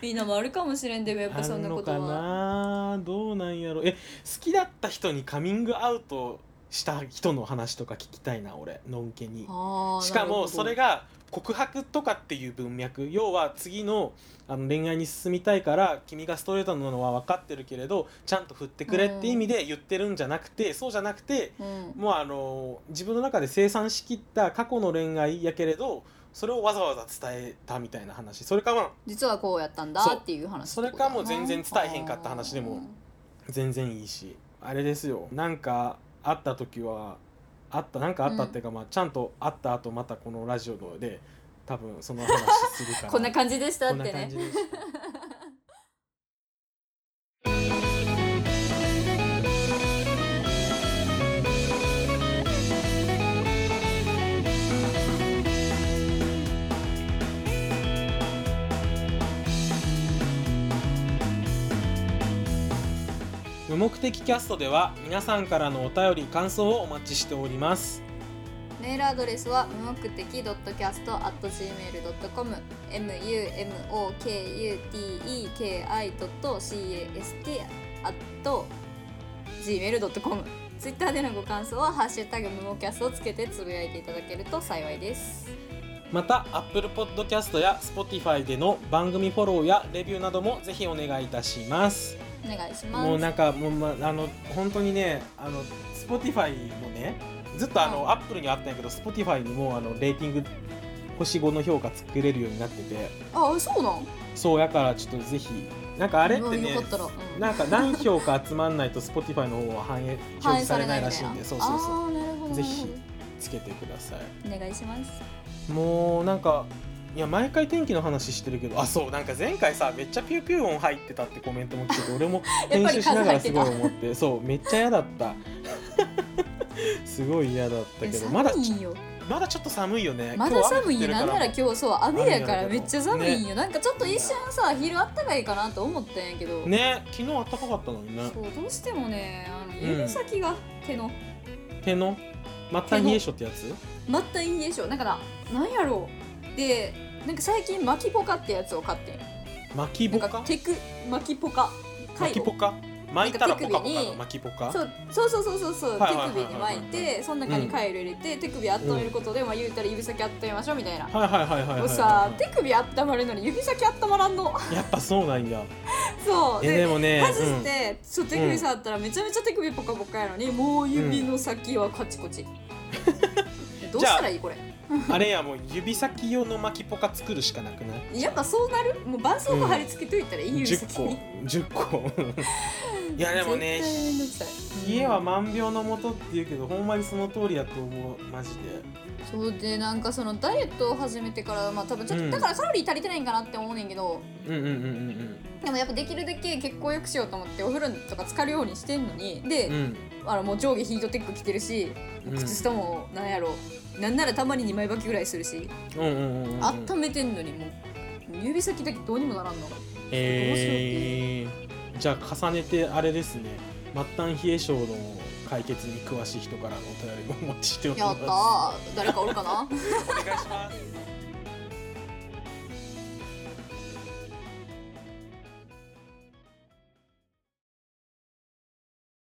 Speaker 2: みんなもあるかもしれんでもやっぱそんなこと
Speaker 1: あんの
Speaker 2: は
Speaker 1: かなどうなんやろえ好きだった人にカミングアウトした人の話とか聞きたいな俺のんけに。
Speaker 2: あー
Speaker 1: しかもそれ
Speaker 2: なる
Speaker 1: が告白とかっていう文脈要は次のあの恋愛に進みたいから君がストレートなのは分かってるけれどちゃんと振ってくれって意味で言ってるんじゃなくて、そうじゃなくて
Speaker 2: ほどうん
Speaker 1: もうあの自分の中で清算しきった過去の恋愛やけれどそれをわざわざ伝えたみたいな話それかまあ
Speaker 2: 実はこうやったんだ
Speaker 1: そう
Speaker 2: っていう話
Speaker 1: それかもう全然伝えへんかった話でも全然いいしあれですよなんかあった時はあったなんかあったっていうか、まあちゃんとあった後またこのラジオので多分その話するから
Speaker 2: *laughs* こんな感じでした
Speaker 1: こ
Speaker 2: っ
Speaker 1: んな
Speaker 2: て
Speaker 1: 感
Speaker 2: ね
Speaker 1: じです無目的キャストでは皆さんからのお便り感想をお待ちしております
Speaker 2: メールアドレスは無目的 .cast.gmail.com mumokuteki.cast.gmail.com ツイッターでのご感想は「ハッシュタグ無目キャス」をつけてつぶやいていただけると幸いです
Speaker 1: また Apple Podcast や Spotify での番組フォローやレビューなどもぜひお願いいたします
Speaker 2: お願いします
Speaker 1: もうなんかもう、ま、あの本当にねあの Spotify もねずっとあの、
Speaker 2: うん
Speaker 1: Apple にはあったんやけど Spotify にもあのレーティング星5の評価作れるようになってて
Speaker 2: あそうなん
Speaker 1: そうやからちょっとぜひなんかあれって
Speaker 2: うわ
Speaker 1: ね
Speaker 2: よかったらうん
Speaker 1: なんか何票か集まんないと Spotify の方は反映表
Speaker 2: *laughs* 反映
Speaker 1: 示
Speaker 2: さ
Speaker 1: さ
Speaker 2: れ
Speaker 1: れ
Speaker 2: な
Speaker 1: ないいら
Speaker 2: みた
Speaker 1: し
Speaker 2: い
Speaker 1: い
Speaker 2: なん
Speaker 1: でそうそうそう
Speaker 2: あーなるほど
Speaker 1: ぜひ
Speaker 2: なる
Speaker 1: つけてください
Speaker 2: ほどお願いします
Speaker 1: もうなんかいや毎回天気の話してるけどあそうなんか前回さめっちゃピューピュー音入ってたってコメントも来てて俺も
Speaker 2: *laughs* やっ
Speaker 1: 編
Speaker 2: ぱり
Speaker 1: 集しながらすごい
Speaker 2: 数入
Speaker 1: 思ってそうめっちゃ嫌だった *laughs* すごい嫌だったけ
Speaker 2: いや
Speaker 1: どまだ
Speaker 2: 寒いよ
Speaker 1: まだちょっと寒いよね
Speaker 2: まだ寒いよ
Speaker 1: 今日
Speaker 2: な
Speaker 1: 雨
Speaker 2: んなら
Speaker 1: 降ってる
Speaker 2: 今日そう雨やから
Speaker 1: 雨
Speaker 2: め
Speaker 1: やけど
Speaker 2: っちゃ寒いんよ、なんかちょっと一瞬さ昼あったかいかなと思ったんやけど、
Speaker 1: らね昨日暖かかったのにね
Speaker 2: そうどうしてもねあの
Speaker 1: ん
Speaker 2: 指先が手の、
Speaker 1: 手の末端冷え性ってやつ
Speaker 2: 全くいいでしょだからなんやろうでなんか最近巻きポカってやつを買ってん
Speaker 1: 巻き
Speaker 2: な
Speaker 1: ぼ
Speaker 2: んか
Speaker 1: か
Speaker 2: テク巻きポカ
Speaker 1: 巻きぽ
Speaker 2: カ
Speaker 1: か巻いたら
Speaker 2: 手
Speaker 1: ぽ
Speaker 2: 首
Speaker 1: か
Speaker 2: に
Speaker 1: ぽかの巻きぽか
Speaker 2: そうそうそうそうそうそう、
Speaker 1: はいはいはい
Speaker 2: 手首に巻い
Speaker 1: はいはい
Speaker 2: てその中にカイロ入れて、手首温めることで、まあ、言うたら指先温めましょうみたいな、
Speaker 1: はいはいはいはい
Speaker 2: も
Speaker 1: は
Speaker 2: う
Speaker 1: い
Speaker 2: さ
Speaker 1: は
Speaker 2: 手首温まるのに指先温まらんの *laughs*
Speaker 1: いやっぱそうなんや
Speaker 2: そう
Speaker 1: えで
Speaker 2: で
Speaker 1: もね
Speaker 2: 外して、そう手首触ったらめちゃめちゃ手首ポカポカやのにもう指の先はカチコ
Speaker 1: *laughs*
Speaker 2: チ、どうしたらいいこれ
Speaker 1: うんあれやもう指先用の巻きぽか作るしかなくない
Speaker 2: やっぱそうなるもう絆創膏貼り付けといたらいい指
Speaker 1: 10
Speaker 2: 先
Speaker 1: 個
Speaker 2: に、
Speaker 1: 10個
Speaker 2: *laughs*
Speaker 1: いやでもね
Speaker 2: 絶対めんどくさい
Speaker 1: 家は万病のもとっていうけどほんまにその通りやと思うマジで
Speaker 2: そうでなんかそのダイエットを始めてからまあ多分ちょっと、
Speaker 1: うん
Speaker 2: だからカロリー足りてないんかなって思うねんけど
Speaker 1: うんうんうんうん
Speaker 2: でもやっぱできるだけ血行を良くしようと思ってお風呂とか浸かるようにしてんのにで、
Speaker 1: うん
Speaker 2: あのもう上下ヒートテック着てるし
Speaker 1: うん
Speaker 2: 靴下もなんやろなんならたまに2枚履きぐらいするし、
Speaker 1: うんうんうんうん
Speaker 2: 温めてんのにもう指先だけどうにもならんの
Speaker 1: えー、じゃあ重ねてあれですね末端冷え症の解決に詳しい人からのお便りもお待ちしており
Speaker 2: や
Speaker 1: ま
Speaker 2: っ
Speaker 1: す
Speaker 2: たー誰かおるかな
Speaker 1: お願いします